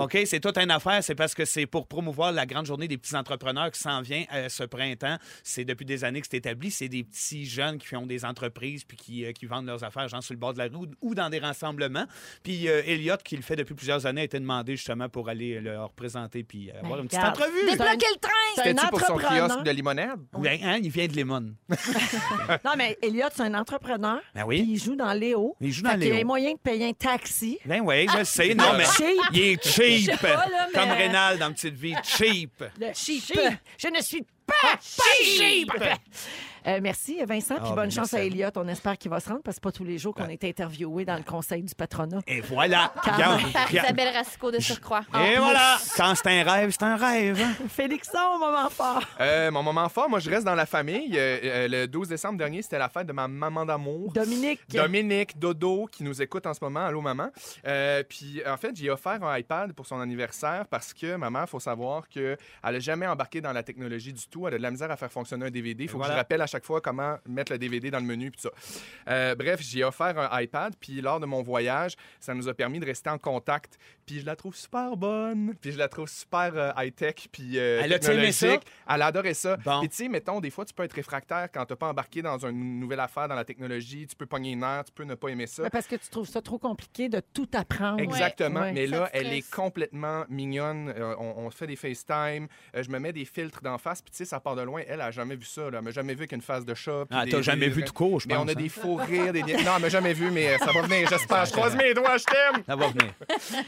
B: OK, c'est toute une affaire. C'est parce que c'est pour promouvoir la grande journée des petits entrepreneurs qui s'en vient euh, ce printemps. C'est depuis des années que c'est établi. C'est des petits jeunes qui ont des entreprises puis qui, euh, qui vendent leurs affaires, genre sur le bord de la rue ou dans des rassemblements. Puis euh, Elliot, qui le fait depuis plusieurs années, a été demandé justement pour aller leur présenter puis euh, avoir une petite
A: regarde.
B: entrevue.
C: Débloquer le train!
A: C'est un
D: C'était-tu pour son
A: entrepreneur.
D: kiosque de limonade?
B: Ben, hein, il vient de Lemon.
A: Non, mais Elliot, c'est un entrepreneur.
B: Ben
A: puis
B: oui.
A: Il joue dans Léo.
B: Il joue dans
A: Fait qu'il y a
B: Léo. Ah!
A: les moyens de payer un taxi.
B: Ben oui, je le sais. Non, mais
A: Cheap.
B: il est cheap.
C: pas, là, mais-
B: Comme Rénal dans Petite Vie. Cheap.
A: Le cheap. Je ne suis pas cheap. Euh, merci, Vincent. Puis
B: Ah, ben,
A: bonne chance
B: merci
A: à
B: à vous.
A: Elliot. On espère qu'il va se rendre parce que c'est pas tous les jours qu'on est interviewé dans le conseil du patronat.
B: Et voilà.
A: Quand-
B: Regarde,
C: Par
B: regarde.
C: Isabelle Racicot de surcroît.
B: Et voilà. Quand c'est un rêve, c'est un rêve. hein.
A: Félixon, moment fort.
D: Euh, mon moment fort, moi, je reste dans la famille. Euh, euh, le 12 décembre dernier, c'était la fête de ma maman d'amour.
A: Dominique.
D: Dominique Dodo qui nous écoute en ce moment. Allô, maman. Euh, puis, en fait, j'ai offert un iPad pour son anniversaire parce que maman, il faut savoir qu'elle n'a jamais embarqué dans la technologie du tout. Elle a de la misère à faire fonctionner un DVD. Il faut que
B: voilà.
D: je rappelle à chaque fois comment mettre le DVD dans le menu. Puis tout ça. Euh, bref, j'ai offert un iPad. Puis, lors de mon voyage, ça nous a permis de rester en contact. Puis, je la trouve super bonne. Puis, je la trouve super euh, high-tech. Puis, euh,
B: Elle a-tu aimé ça?
D: technologique. Elle a adoré ça.
B: Bon.
D: Puis tu sais, mettons, des fois, tu peux être réfractaire quand t'as pas embarqué dans une nouvelle affaire, dans la technologie. Tu peux pogner une heure, tu peux ne pas aimer ça.
A: Mais Parce que tu trouves ça trop compliqué de tout apprendre.
D: Exactement.
A: Ouais.
D: Mais
C: Ça
D: là,
C: te
D: elle est
C: stresse.
D: complètement mignonne. Euh, on, on se fait des FaceTime. Euh, je me mets des filtres d'en face. Puis tu sais, ça part de loin. Elle a jamais vu ça. là. Elle m'a jamais vu qu'une face de chat. puis
B: Ah,
D: des-
B: t'as jamais
D: des-
B: vu tout court, je
D: Mais
B: pense.
D: on a
B: hein.
D: des faux rires. Des... Non, elle m'a jamais vu, mais euh, ça va venir, j'espère. Je croise mes doigts, je t'aime.
B: Ça va venir.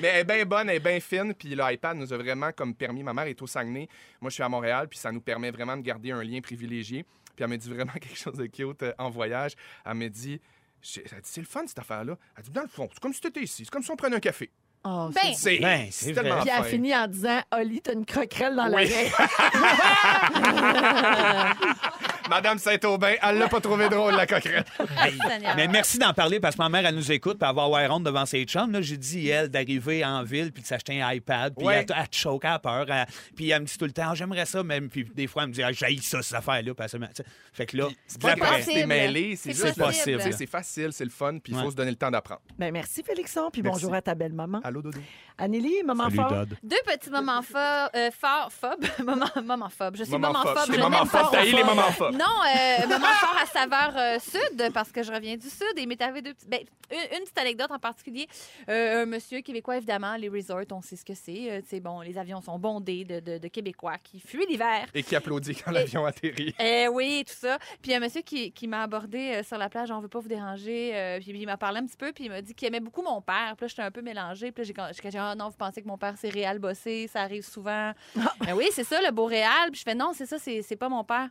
D: Mais elle est bien bonne, elle est bien fine. Puis l'iPad nous a vraiment comme permis. Ma mère est au Saguenay. Moi, je suis à Montréal. Puis ça nous permet vraiment de garder un lien privilégié. Puis elle m'a dit vraiment quelque chose de cute euh, en voyage. Elle m'a dit. j'ai- Elle a dit, c'est le fun cette affaire-là. Elle dit, dans le fond, c'est comme si tu étais ici. C'est comme si on prenait un café.
A: Oh, c'est-
C: Ben,
D: C'est
B: Ben, c'est
D: c'est tellement
B: vrai.
A: Puis elle
D: fin.
A: finit en disant Oli, t'as une croquerelle dans
D: Oui.
A: l'oreille.
D: Madame Saint-Aubin, elle l'a pas trouvé drôle, la coquerelle.
B: Hey,
C: Seigneur.
B: Mais merci d'en parler parce que ma mère, elle nous écoute, puis elle va avoir honte devant ses chums. Là, j'ai dit, elle, d'arriver en ville, puis de s'acheter un iPad, puis
D: Ouais.
B: elle, elle te choque, elle a peur. elle- puis elle me dit tout le temps, Ah, j'aimerais ça, même. Puis des fois, elle me dit, ah, j'haïs ça, cette affaire-là. Puis elle se met- tu sais. Fait que là,
D: C'est
B: de la
D: pas grave,
B: presse.
C: possible.
D: c'est mêlé, c'est
C: C'est
D: juste le-
B: possible.
D: Tu sais, C'est facile, c'est le fun, puis il faut
B: Ouais.
D: se donner le temps d'apprendre.
A: Ben, merci, Félixon. Puis
D: Merci.
A: bonjour à ta belle-maman.
D: Allô, Dodo?
A: Anneli, moment fort.
C: Deux petits moments forts, euh, forts, phobes. Maman, maman phobe. Je suis
D: Maman
C: maman
D: phobe.
C: phobe.
D: C'est
C: Je
D: maman
C: n'aime
D: phobe.
C: pas
D: T'haïs
C: ça.
D: les mamans phobes.
C: Non, euh, maman fort à saveur euh, sud, parce que je reviens du sud et m'est arrivé deux petits- ben, une, une petite anecdote en particulier. Euh, un monsieur québécois, évidemment, les resorts, on sait ce que c'est. Euh, tu sais, bon, les avions sont bondés de, de- de Québécois qui fuient l'hiver.
D: Et qui applaudit quand l'avion atterrit.
C: Eh oui, tout ça. Puis il y a un monsieur qui, qui m'a abordé euh, sur la plage, on veut pas vous déranger. Euh, puis il m'a parlé un petit peu, puis il m'a dit qu'il aimait beaucoup mon père. Puis là, j'étais un peu mélangée. Puis là, j'ai quand- j'ai dit, ah non, vous pensez que mon père, c'est réel bossé, ça arrive souvent. Ben oui, c'est ça, le beau réel. Puis je fais, non, c'est ça, c'est c'est pas mon père.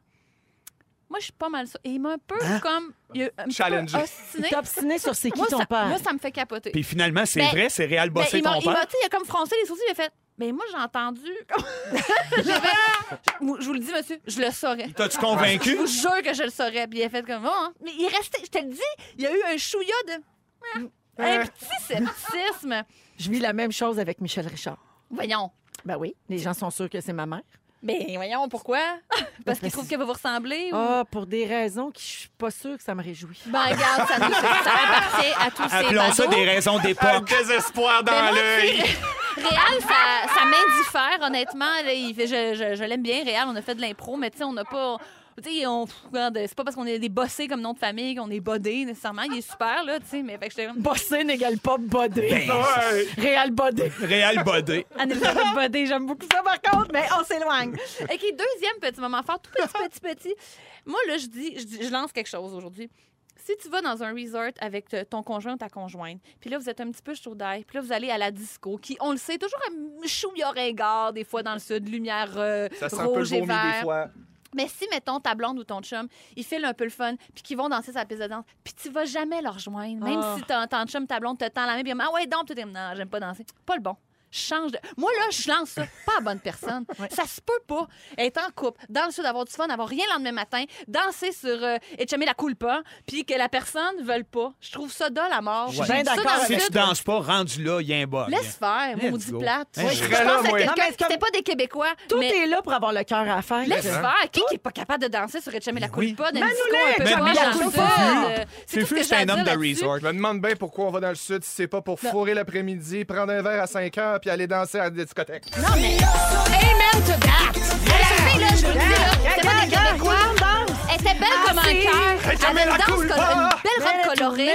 C: Moi, je suis pas mal sûre. Et il m'a un peu comme. Il a un petit peu
D: Challengé.
C: ostiné.
A: T'as obstiné sur c'est qui
C: Moi,
A: ton
C: ça,
A: père?
C: moi, ça me fait capoter.
B: Puis finalement, c'est
C: Ben,
B: vrai, c'est réel
C: Ben,
B: bossé
C: il m'a-
B: ton
C: il m'a-
B: père.
C: tu sais, il a comme froncé les sourcils, il a fait. Mais moi, j'ai entendu. J'ai fait, je vous le dis, monsieur, je le saurais.
B: T'as-tu convaincu?
C: Je vous jure que je le saurais. Puis il a fait comme moi. hein. Mais il restait, je te le dis, il y a eu un chouïa de. ah, Un petit scepticisme.
A: Je vis la même chose avec Michel Richard.
C: Voyons.
A: Ben oui, les gens sont sûrs que c'est ma mère.
C: Ben voyons, pourquoi? Oh. Parce qu'il trouve qu'elle va vous ressembler? ou-
A: Ah, pour des raisons qui je suis pas sûre que ça me réjouit.
C: Ben regarde, ça, nous, ça appartient à tous ces
B: Appelons ça
C: badauds.
B: des raisons d'époque.
D: désespoir dans l'œil.
C: Réal, ça, ça m'indiffère, honnêtement. là. Il fait- je je- je l'aime bien, Réal. On a fait de l'impro, mais tu sais, on n'a pas. Tu sais, on. pff, regarde, C'est pas parce qu'on est des bossés comme nom de famille qu'on est bodés, nécessairement. Il est super, là, tu sais, mais fait que j'étais comme.
A: Bossé n'égale pas bodé.
B: Ben.
D: Ouais.
A: Réal bodé.
B: Réal Bodé.
C: Anne-Elisabeth Bodé, j'aime beaucoup ça, par contre, mais on s'éloigne. OK, deuxième petit moment fort, tout petit, petit, petit. Moi, là, je dis, je, dis- je lance quelque chose aujourd'hui. Si tu vas dans un resort avec te- ton conjoint ou ta conjointe, puis là, vous êtes un petit peu chaud d'air, puis là, vous allez à la disco, qui, on le sait, toujours un chouïa ringard, des fois dans le sud, lumière euh,
D: Ça sent un peu le
C: rouge et
D: vomi des
C: vert.
D: fois.
C: Mais si, mettons, ta blonde ou ton chum, ils filent un peu le fun, puis qu'ils vont danser sa piste de danse, puis tu vas jamais leur rejoindre, même
A: Ah.
C: si ton, ton chum, ta blonde te tend la main, puis il dit, ah ouais, donc, tu dis, non, j'aime pas danser. Pas le bon. Change de. Moi, là, je lance ça. Pas à bonne personne. Ça se peut pas être en couple, dans le sud, avoir du fun, avoir rien le lendemain matin, danser sur euh, Et chummer la culpa, puis que la personne ne veuille pas. Je trouve ça dole à mort.
B: Ouais.
C: J'ai
A: Ben
C: vu ça
A: d'accord
C: dans le
B: Si
A: avec
B: tu
C: sud.
B: danses pas, rendu là, il y a un bug.
C: Laisse faire,
B: Let's
C: maudit
B: go.
C: plate.
B: Hey,
C: je
B: je
C: pense
D: serais là,
C: à
D: moi.
A: Non, mais
C: quelqu'un
A: c'est
C: qui n'était pas des Québécois,
A: Tout
C: mais-
A: est là pour avoir le cœur à faire.
C: Laisse
D: Hein?
C: faire. Qui qui est pas capable de danser sur Etchem et la Culpa, d'un
A: Manoulet,
C: disco un peu
B: Mais
C: poche
B: Manoulet,
C: dans le
B: Fufu.
C: sud, euh, tout ce
B: Fufu,
C: que
B: c'est
C: j'ai à
B: un homme
C: dire
B: de
C: là-dessus.
B: resort.
D: Je me demande bien pourquoi on va dans le sud si c'est pas pour fourrer l'après-midi, prendre un verre à 5 heures puis aller danser à la discothèque.
C: Non, mais... Amen to that! Elle là, je vous le dis, là, c'était pas des Québécois. Elle était belle comme un
A: Assis.
C: cœur. Elle avait
D: jamais
C: une,
D: la
C: danse
D: Culpa.
C: colo- une belle robe colorée.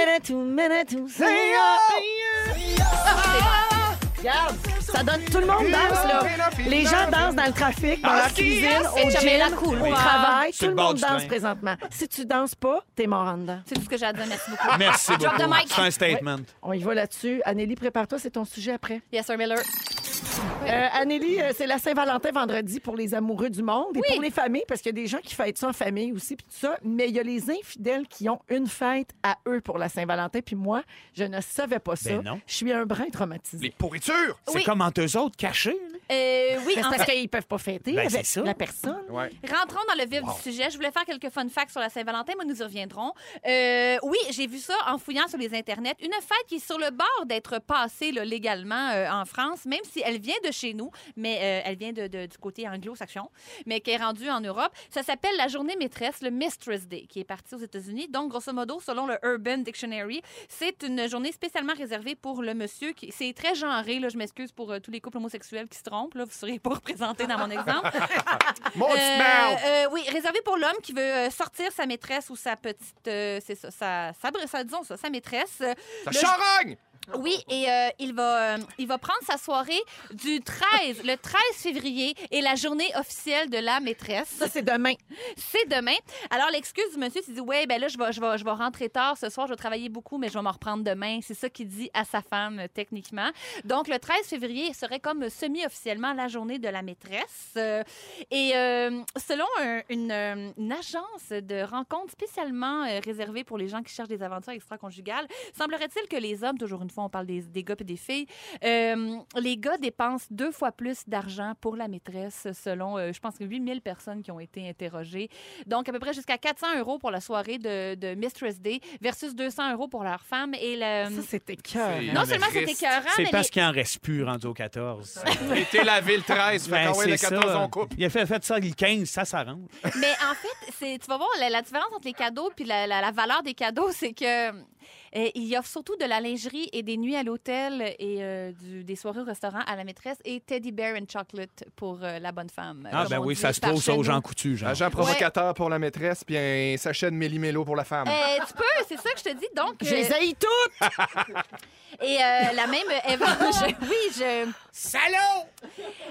A: Ça donne tout le monde danse là. Les gens dansent dans le trafic, dans la cuisine, au
C: Etchem et la
A: gym,
C: Culpa.
A: au travail. Tout
B: Ah, hein, Sur
A: le
B: le bord
A: monde
B: du
A: danse
B: train.
A: présentement. Si tu danses pas, t'es mort en dedans.
C: C'est tout ce que j'ai à dire. Merci beaucoup.
B: Merci
C: Drop the
B: beaucoup.
C: mic.
B: C'est un statement.
A: On y va là-dessus. Anélie, prépare-toi, c'est ton sujet après.
C: Yes, sir, Miller.
A: Euh, Anélie, euh, c'est la Saint-Valentin vendredi pour les amoureux du monde et
C: Oui.
A: pour les familles, parce qu'il y a des gens qui fêtent ça en famille aussi, puis tout ça. Mais il y a les infidèles qui ont une fête à eux pour la Saint-Valentin. Puis moi, je ne savais pas ça.
B: Ben non.
A: Je suis un brin traumatisé.
D: Les pourritures!
B: C'est
C: Oui.
B: comme entre eux autres, cachés. là.
C: Euh, oui,
A: Mais
C: en
A: c'est parce
C: fait,
A: qu'ils peuvent pas fêter
B: Ben,
A: avec
B: c'est ça.
A: la personne.
D: Ouais.
C: rentrons dans le vif du sujet. Je voulais faire quelques fun facts sur la Saint-Valentin, mais nous y reviendrons. Euh, oui, j'ai vu ça en fouillant sur les internets. Une fête qui est sur le bord d'être passée là, légalement euh, en France, même si elle vient de chez nous, mais euh, elle vient de- de- du côté anglo-saxon, mais qui est rendue en Europe. Ça s'appelle la journée maîtresse, le Mistress Day, qui est parti aux États-Unis. Donc, grosso modo, selon le Urban Dictionary, c'est une journée spécialement réservée pour le monsieur. qui C'est très genré, là, je m'excuse pour euh, tous les couples homosexuels qui se trompent. Là, vous ne serez pas représentés dans mon exemple.
D: Mon
C: Euh,
D: petit merde!
C: euh, oui, réservé pour l'homme qui veut euh, sortir sa maîtresse ou sa petite, euh, c'est ça, sa, sa, br- sa- disons ça, sa maîtresse. Euh,
D: Ça
C: le-
D: charogne!
C: oui, et euh, il va, euh, il va prendre sa soirée du 13, le 13 février, et la journée officielle de la maîtresse,
A: Ça, c'est demain.
C: c'est demain. Alors l'excuse du monsieur, c'est dit ouais, ben là je vais, je vais, je vais rentrer tard ce soir, je vais travailler beaucoup, mais je vais m'en reprendre demain. C'est ça qu'il dit à sa femme euh, techniquement. Donc le 13 février serait comme semi-officiellement la journée de la maîtresse. Euh, et euh, selon un- une, euh, une agence de rencontres spécialement euh, réservée pour les gens qui cherchent des aventures extra-conjugales, semblerait-il que les hommes, toujours une fois, on parle des, des gars et des filles, euh, les gars dépensent deux fois plus d'argent pour la maîtresse, selon, euh, je pense que 8000 personnes qui ont été interrogées. Donc, à peu près jusqu'à 400 euros pour la soirée de, de Mistress Day versus 200 euros pour leur femme. Et le...
A: Ça, c'était cœur.
D: c'est-
C: Euh, non
D: on est
C: seulement c'est
D: triste.
C: écœurant, mais
B: C'est
C: les-
B: parce qu'il en reste plus rendu au 14.
D: Et t'es lavé le 13, fait
B: Ben,
D: qu'on ouais, le
B: c'est
D: 14,
B: ça.
D: on coupe.
B: Il a fait, fait ça le 15, ça s'arrange.
C: Mais en fait, c'est- tu vas voir, la, la différence entre les cadeaux puis la, la- la valeur des cadeaux, c'est que euh, il offre surtout de la lingerie et des nuits à l'hôtel et euh, du- des soirées au restaurant à la maîtresse et Teddy Bear and Chocolate pour euh, la bonne femme.
B: Ah,
C: comme
B: ben
C: on
B: oui,
C: dit
B: ça se
C: par
B: trouve,
C: chez
B: ça aux
C: nous.
B: gens coutus, genre.
D: Agent provocateur pour la maîtresse, puis un sachet de méli-mélo pour la femme.
C: Euh, tu peux, c'est ça que je te dis. Donc,
A: Je
C: euh,
A: les haïs toutes!
C: Et euh, la même Eva, je- oui, je. Salaud!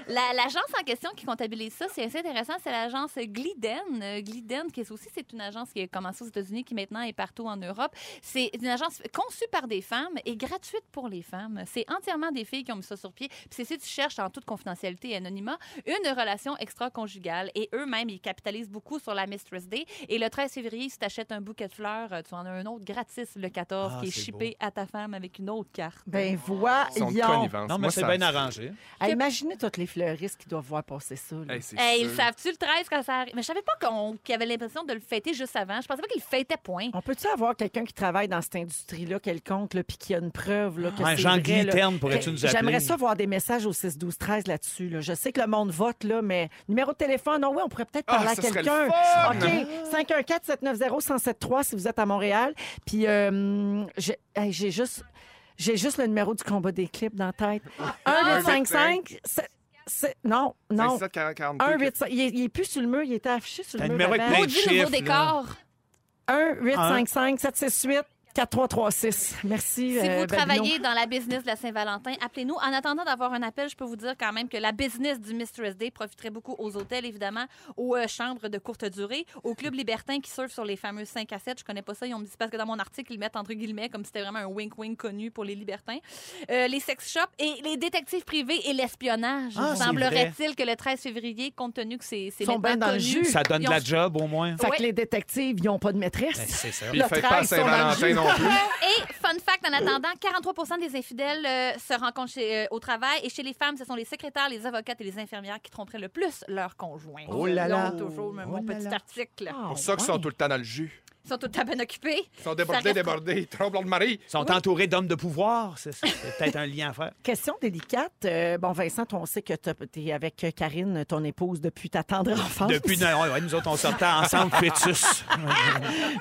C: L'agence en question qui comptabilise ça, c'est assez intéressant, c'est l'agence Gliden. Euh, Gliden, qui est aussi, c'est une agence qui a commencé aux États-Unis, qui maintenant est partout en Europe. C'est une agence conçue par des femmes et gratuite pour les femmes. C'est entièrement des filles qui ont mis ça sur pied. Puis c'est si tu cherches, en toute confidentialité et anonymat, une relation extra-conjugale. Et eux-mêmes, ils capitalisent beaucoup sur la Mistress Day. Et le 13 février, si tu achètes un bouquet de fleurs, euh, tu en as un autre gratis le 14
B: Ah,
C: qui est
B: c'est beau.
C: chippé à ta femme avec une autre carte.
A: Ben
D: Ils sont de
A: voyons.
D: connivence.
B: Non, mais
D: Moi,
B: c'est
D: ça-
B: bien arrangé.
A: Hey, imaginez toutes les fleuristes qui doivent voir passer ça. là.
D: Hey, c'est
C: Hey, ils
D: sûr.
C: savent-tu le 13 quand ça arrive? Mais je savais pas qu'on- qu'il y avait l'impression de le fêter juste avant. Je pensais pas qu'ils le fêtaient point.
A: On peut-tu avoir quelqu'un qui travaille dans cette industrie-là quelconque, là, puis qu'il y a une preuve là, que
B: Ouais,
A: c'est
B: Jean
A: vrai,
B: Guy
A: là. Ben,
B: Terne, pourrais-tu nous appeler?
A: J'aimerais ça voir des messages au 6 12 13 là-dessus. là. Je sais que le monde vote là, mais numéro de téléphone, non, oui, on pourrait peut-être
D: Ah,
A: parler à
D: ça serait le
A: quelqu'un.
D: fun!
A: OK, 514 790 1073 si vous êtes à Montréal. Puis euh, j'ai hey, j'ai juste j'ai juste le numéro du combat des clips dans la tête. 1 855 non, non.
D: 57 40, 42,
A: 1
D: que-
A: 8 il est, il est plus sur le mur, il était affiché sur
B: T'as
A: le
B: un
A: mur.
B: numéro avec
A: avant.
B: plein de
C: Maudit numéro
B: chiffres,
C: des
B: là.
C: corps.
A: 1 855 768 4336. Merci.
C: Si
A: euh,
C: vous
A: Babino.
C: travaillez dans la business de la Saint-Valentin, appelez-nous. En attendant d'avoir un appel, je peux vous dire quand même que la business du Mistress Day profiterait beaucoup aux hôtels, évidemment, aux euh, chambres de courte durée, aux clubs libertins qui surfent sur les fameux 5 à 7. Je connais pas ça. Ils ont dit parce que dans mon article, ils mettent entre guillemets comme si c'était vraiment un wink-wink connu pour les libertins. Euh, les sex shops et les détectives privés et l'espionnage.
B: Ah, c'est
C: Semblerait-il que le 13 février, compte tenu que c'est c'est
A: Ils sont
C: maintenant
A: bien dans le
C: connu,
A: jus.
B: Ça donne
C: Ils
B: de
C: ont-
B: la job, au moins.
A: Fait
C: Ouais.
A: que les détectives, ils n'ont pas de maîtresse.
B: Ben, c'est ça.
D: Puis
A: Le
D: faites pas
A: 13 sont dans le
D: Saint-Valentin
A: jus.
D: non plus.
C: Et fun fact, en attendant, 43 des infidèles euh, se rencontrent chez- euh, au travail. Et chez les femmes, ce sont les secrétaires, les avocates et les infirmières qui tromperaient le plus leur conjoint.
B: Oh là là.
C: Ils ont toujours le même
B: Oh là
C: petit
B: là.
C: article.
A: Ah,
D: Pour ça qu'ils sont
A: ouais.
D: tout le temps dans le jus.
C: Ils sont tout à peine occupés.
D: Ils sont
C: Ça reste-
D: débordés, débordés. Ils trompent leur mari.
B: Ils sont entourés d'hommes de pouvoir. C'est c'est peut-être un lien à faire.
A: Question délicate. Euh, bon, Vincent, toi, on sait que tu es avec Karine, ton épouse, depuis ta tendre enfance.
B: Depuis non, ouais, ouais, nous autres, on sortait ensemble, fœtus.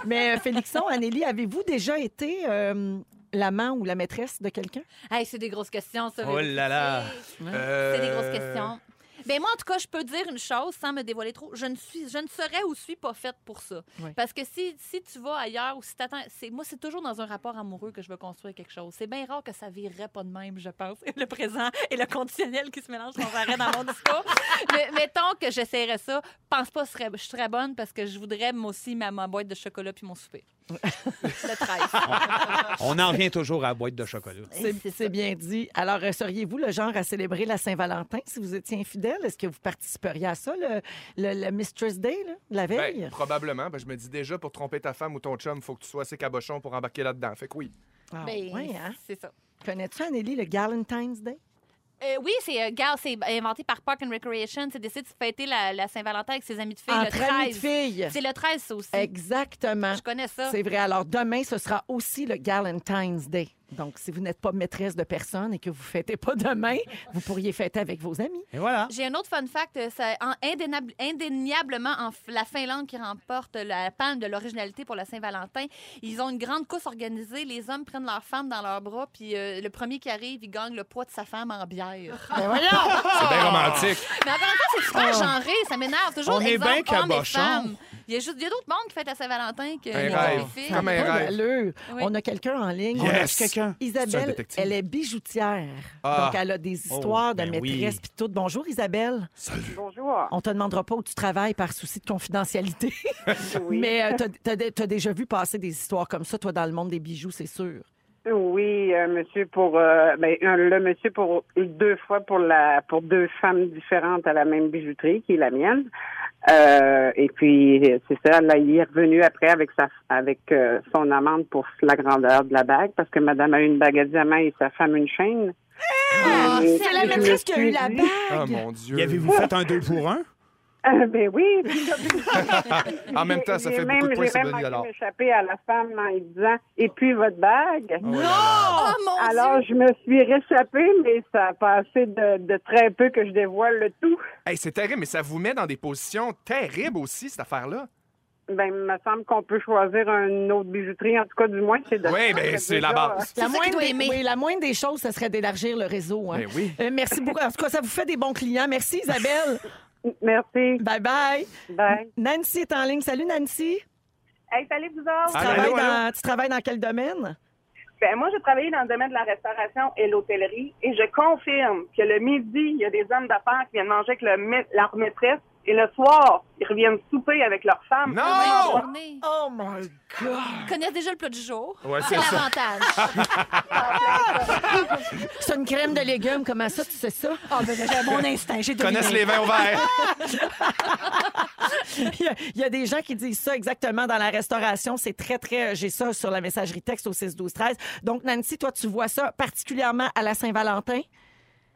A: Mais euh, Félixon, Anélie, avez-vous déjà été euh, l'amant ou la maîtresse de quelqu'un?
C: Hey, c'est des grosses questions, ça.
B: Oh là là.
C: Hein? C'est des
D: Euh,
C: grosses questions. Ben moi, en tout cas, je peux dire une chose sans me dévoiler trop. Je ne suis, je ne serais ou suis pas faite pour ça.
A: Oui.
C: Parce que si, si tu vas ailleurs ou si t'attends, c'est moi, c'est toujours dans un rapport amoureux que je veux construire quelque chose. C'est bien rare que ça virerait pas de même, je pense. Le présent et le conditionnel qui se mélangent sans arrêt dans mon discours. Mais mettons que j'essaierais ça. Pense pas, que je serais- je serais bonne parce que je voudrais moi aussi ma, ma boîte de chocolat puis mon souper. Le
A: Ah,
C: 13.
B: On en revient toujours à la boîte de chocolat.
A: C'est
C: Eh, c'est ça.
A: c'est bien dit. Alors, euh, seriez-vous le genre à célébrer la Saint-Valentin si vous étiez infidèle? Est-ce que vous participeriez à ça, le, le- le Mistress Day, là, la veille?
D: Ben, probablement. Ben, je me dis déjà, pour tromper ta femme ou ton chum, faut que tu sois assez cabochon pour embarquer là-dedans. Fait que oui.
A: Ah,
C: Ben,
A: ouais, hein?
C: C'est ça.
A: Connais-tu, Anélie, le Galentine's Day?
C: Euh, oui, c'est euh, Gal, c'est inventé par Park and Recreation. C'est décidé de fêter la, la Saint-Valentin avec ses amis de filles le
A: Entre amis de
C: 13.
A: filles.
C: C'est le 13, ça aussi.
A: Exactement.
C: Je connais ça.
A: C'est vrai. Alors, demain, ce sera aussi le Galentine's Day. Donc, si vous n'êtes pas maîtresse de personne et que vous fêtez pas demain, vous pourriez fêter avec vos amis.
B: Et voilà.
C: J'ai un autre fun fact. euh, C'est en- indénable- indéniablement en f- la Finlande qui remporte la palme de l'originalité pour la Saint-Valentin. Ils ont une grande course organisée. Les hommes prennent leurs femmes dans leurs bras, puis euh, le premier qui arrive, il gagne le poids de sa femme en bière.
A: Ben voyons!
D: C'est bien romantique.
C: Mais encore une fois, c'est super
A: Oh.
C: genré. Ça m'énerve. Toujours
B: On est
C: exemple,
B: bien
C: hommes et
B: cabochons.
C: femmes. Il y a, juste- il y a d'autres mondes qui fêtent la Saint-Valentin que
D: Un
C: les
D: rêve.
C: hommes et filles.
D: Comme un
A: Pas
D: rêve.
A: d'allure.
C: Oui.
A: On a quelqu'un en ligne.
B: Yes.
A: On
B: Quelqu'un.
A: a
D: Ah, C'est un
A: Isabelle,
D: détective.
A: elle est bijoutière.
D: Ah.
A: Donc, elle a des histoires de
B: ben oui.
A: maîtresse puis tout. Bonjour, Isabelle.
E: Bonjour.
A: On te demandera pas où tu travailles par souci de confidentialité.
E: Oui.
A: Mais euh, t'as- t'as dé- t'as déjà vu passer des histoires comme ça, toi, dans le monde des bijoux, c'est sûr.
E: Oui, un monsieur pour euh, ben, un- le monsieur pour deux fois pour la pour deux femmes différentes à la même bijouterie qui est la mienne. Euh, et puis euh, c'est ça, là, il est revenu après avec sa avec euh, son amende pour la grandeur de la bague parce que madame a une bague à diamant et sa femme une chaîne.
C: Ah,
E: Euh,
C: c'est
A: C'est la
E: je me
A: maîtresse qui a eu
E: suis
A: la
E: dit-
D: Ah,
A: bague.
D: mon Dieu.
B: Y avez-vous fait un deux pour un?
E: Ah, ben oui.
D: En même temps, ça fait beaucoup de points,
E: J'ai
D: ça
E: même
D: donne alors.
E: manqué m'échapper à la femme en lui disant et puis votre bague.
D: Ah
A: Ah!
C: Oh mon
E: Alors, je me suis réchappée, mais ça a passé de, de très peu que je dévoile le tout.
D: Hey, c'est terrible, mais ça vous met dans des positions terribles aussi, cette affaire-là.
E: Ben, il me semble qu'on peut choisir une autre bijouterie, en tout cas, du moins, c'est de
D: Oui, ben,
E: déjà,
D: c'est la base.
C: C'est ça qu'il doit
A: des,
C: aimer.
A: oui, la moindre des choses, ce serait d'élargir le réseau. hein.
D: Ben oui.
A: Euh, merci beaucoup. En tout cas, ça vous fait des bons clients. Merci, Isabelle.
E: euh, Merci.
A: bye bye.
E: Bye.
A: Nancy est en ligne. Salut, Nancy.
F: Hey, salut vous autres.
A: Tu,
D: Ah,
A: travailles,
D: allô, allô.
A: dans, tu travailles dans quel domaine?
F: Ben, moi, j'ai travaillé dans le domaine de la restauration et l'hôtellerie et je confirme que le midi, il y a des hommes d'affaires qui viennent manger avec le ma- leur maîtresse et le soir, ils reviennent souper avec leur femme.
C: Bonne
D: Non!
C: journée.
A: Oh my God!
C: Ils connaissent déjà le plat du jour.
D: Ouais,
C: c'est
D: c'est ça. Ah,
C: l'avantage.
A: C'est une crème de légumes. Comment ça, tu sais ça? Ah, ben, j'ai mon instinct. J'ai
D: Connaissent les vins au verre.
A: il, y a, il y a des gens qui disent ça exactement dans la restauration. C'est très, très. euh, J'ai ça sur la messagerie texte au 6 12 13 Donc, Nancy, toi, tu vois ça particulièrement à la Saint-Valentin?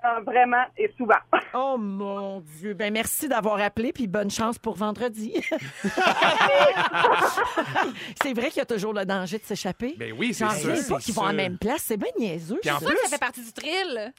F: Ah, vraiment et souvent.
A: Oh mon Dieu. Ben merci d'avoir appelé, puis bonne chance pour vendredi. c'est vrai qu'il y a toujours le danger de s'échapper.
D: Ben oui, c'est
A: J'en
D: sûr.
A: reviens pas
B: c'est
A: qu'ils vont
B: sûr.
A: en même place. C'est bien niaiseux.
D: Puis en
A: ça.
C: Ça, ça
D: plus-
C: fait partie du thrill.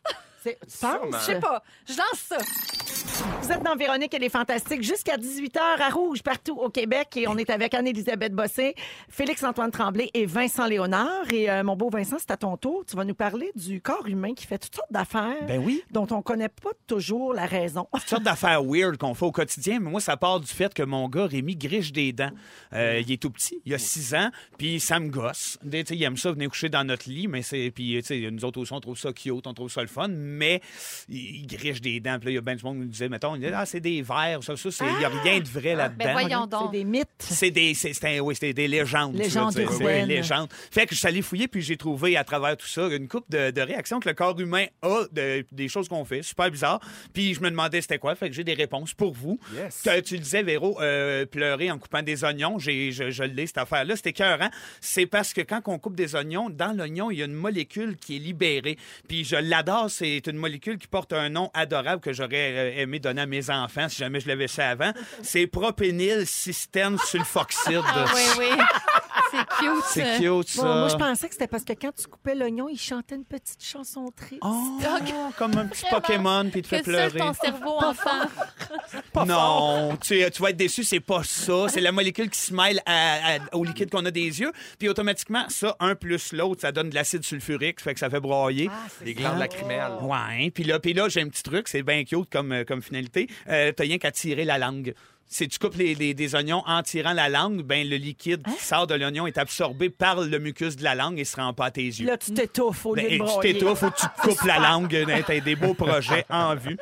A: C'est- tu
D: Sûrement.
A: penses?
C: Je sais pas. Je lance ça.
A: Vous êtes dans Véronique, elle est fantastique, jusqu'à 18h à Rouge, partout au Québec. Et on est avec Anne-Élisabeth Bossé, Félix-Antoine Tremblay et Vincent Léonard. Et euh, mon beau Vincent, c'est à ton tour. Tu vas nous parler du corps humain qui fait toutes sortes d'affaires
B: Ben oui.
A: dont on connaît pas toujours la raison.
B: Toutes sortes d'affaires weird qu'on fait au quotidien, mais moi, ça part du fait que mon gars, Rémi, griche des dents. Euh, il est tout petit, il a 6 ans, puis ça me gosse. Des- tu sais, Il aime ça venir coucher dans notre lit, mais c'est. Puis, tu sais, nous autres aussi, on trouve ça cute, on trouve ça le fun, mais il, il griche des dents. Puis là, il y a ben du monde qui nous disait, mettons, ah, c'est des verres, ça, ça, c'est- il n'y a rien de vrai là-dedans.
C: Ah! Ben voyons donc.
A: C'est des mythes.
B: C'est des, c'est, c'est un- oui, c'est des légendes.
A: Légendes
B: je veux dire. C'est
A: urbaines.
B: des légendes. Fait que je suis allé fouiller, puis j'ai trouvé à travers tout ça une coupe de, de réactions que le corps humain a de- des choses qu'on fait. Super bizarre. Puis je me demandais c'était quoi. Fait que j'ai des réponses pour vous.
D: Yes.
B: Que tu le disais, Véro, euh, pleurer en coupant des oignons. J'ai, je, je l'ai, cette affaire-là. C'était écœurant. C'est parce que quand on coupe des oignons, dans l'oignon, il y a une molécule qui est libérée. Puis je l'adore. C'est une molécule qui porte un nom adorable que j'aurais euh, aimé donner à mes enfants si jamais je l'avais ça avant. C'est propényl cysterne sulfoxyde.
C: Ah oui, oui. C'est cute.
B: C'est cute, ça.
A: Bon, moi, je pensais que c'était parce que quand tu coupais l'oignon, il chantait une petite chanson triste.
B: Oh, comme un petit Pokémon, puis il te fait
C: Que seul
B: pleurer.
C: ton cerveau enfant.
B: non, tu, tu vas être déçu, c'est pas ça. C'est la molécule qui se mêle à- à- au liquide qu'on a des yeux. Puis automatiquement, ça, un plus l'autre, ça donne de l'acide sulfurique, fait que ça fait broyer.
A: Ah.
D: Les glandes lacrymales.
B: Ouais, puis là, puis là j'ai un petit truc, c'est bien cute comme, euh, comme finalité. Euh, T'as rien qu'à tirer la langue. Si tu coupes les, les- des oignons en tirant la langue, ben le liquide
A: Hein?
B: qui sort de l'oignon est absorbé par le mucus de la langue et se rend pas à tes yeux.
A: Là, tu t'étouffes au lieu
B: Ben,
A: de
B: et tu
A: broyer.
B: t'étouffes ou tu te coupes la langue. euh, T'as des beaux projets en vue.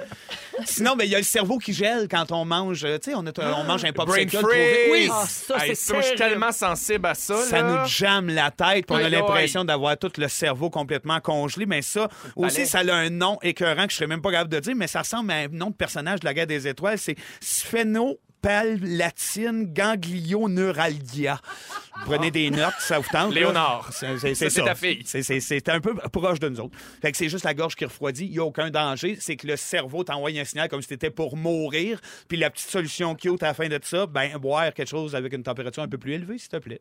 B: Sinon, ben, il y a le cerveau qui gèle quand on mange. euh, Tu sais, on, a- on mange un
D: Brain
B: popsicle.
D: freeze!
B: pour- Oui,
A: Ah, ça, c'est
D: ça, moi, je suis
A: terrible.
D: tellement sensible à ça,
B: ça
D: là.
B: nous jamme la tête. puis On
D: Aïe,
B: a
D: aïe.
B: l'impression d'avoir tout le cerveau complètement congelé. Mais ça, aussi,
D: palais.
B: ça a un nom écœurant que je serais même pas capable de dire, mais ça ressemble à un nom de personnage de la guerre des étoiles. C'est sphénopalatine ganglioneuralgia. Prenez des notes, ça vous tente. là.
D: Léonard.
B: C'est- c'est-
D: Ça,
B: c'est
D: c'est
B: ça.
D: ta fille.
B: C'est- C'est c'est un peu proche de nous autres. Fait que c'est juste la gorge qui refroidit. Il n'y a aucun danger. C'est que le cerveau t'envoie un signal comme si t'étais pour mourir. Puis la petite solution cute à la fin de ça, ben, boire quelque chose avec une température un peu plus élevée, s'il te plaît.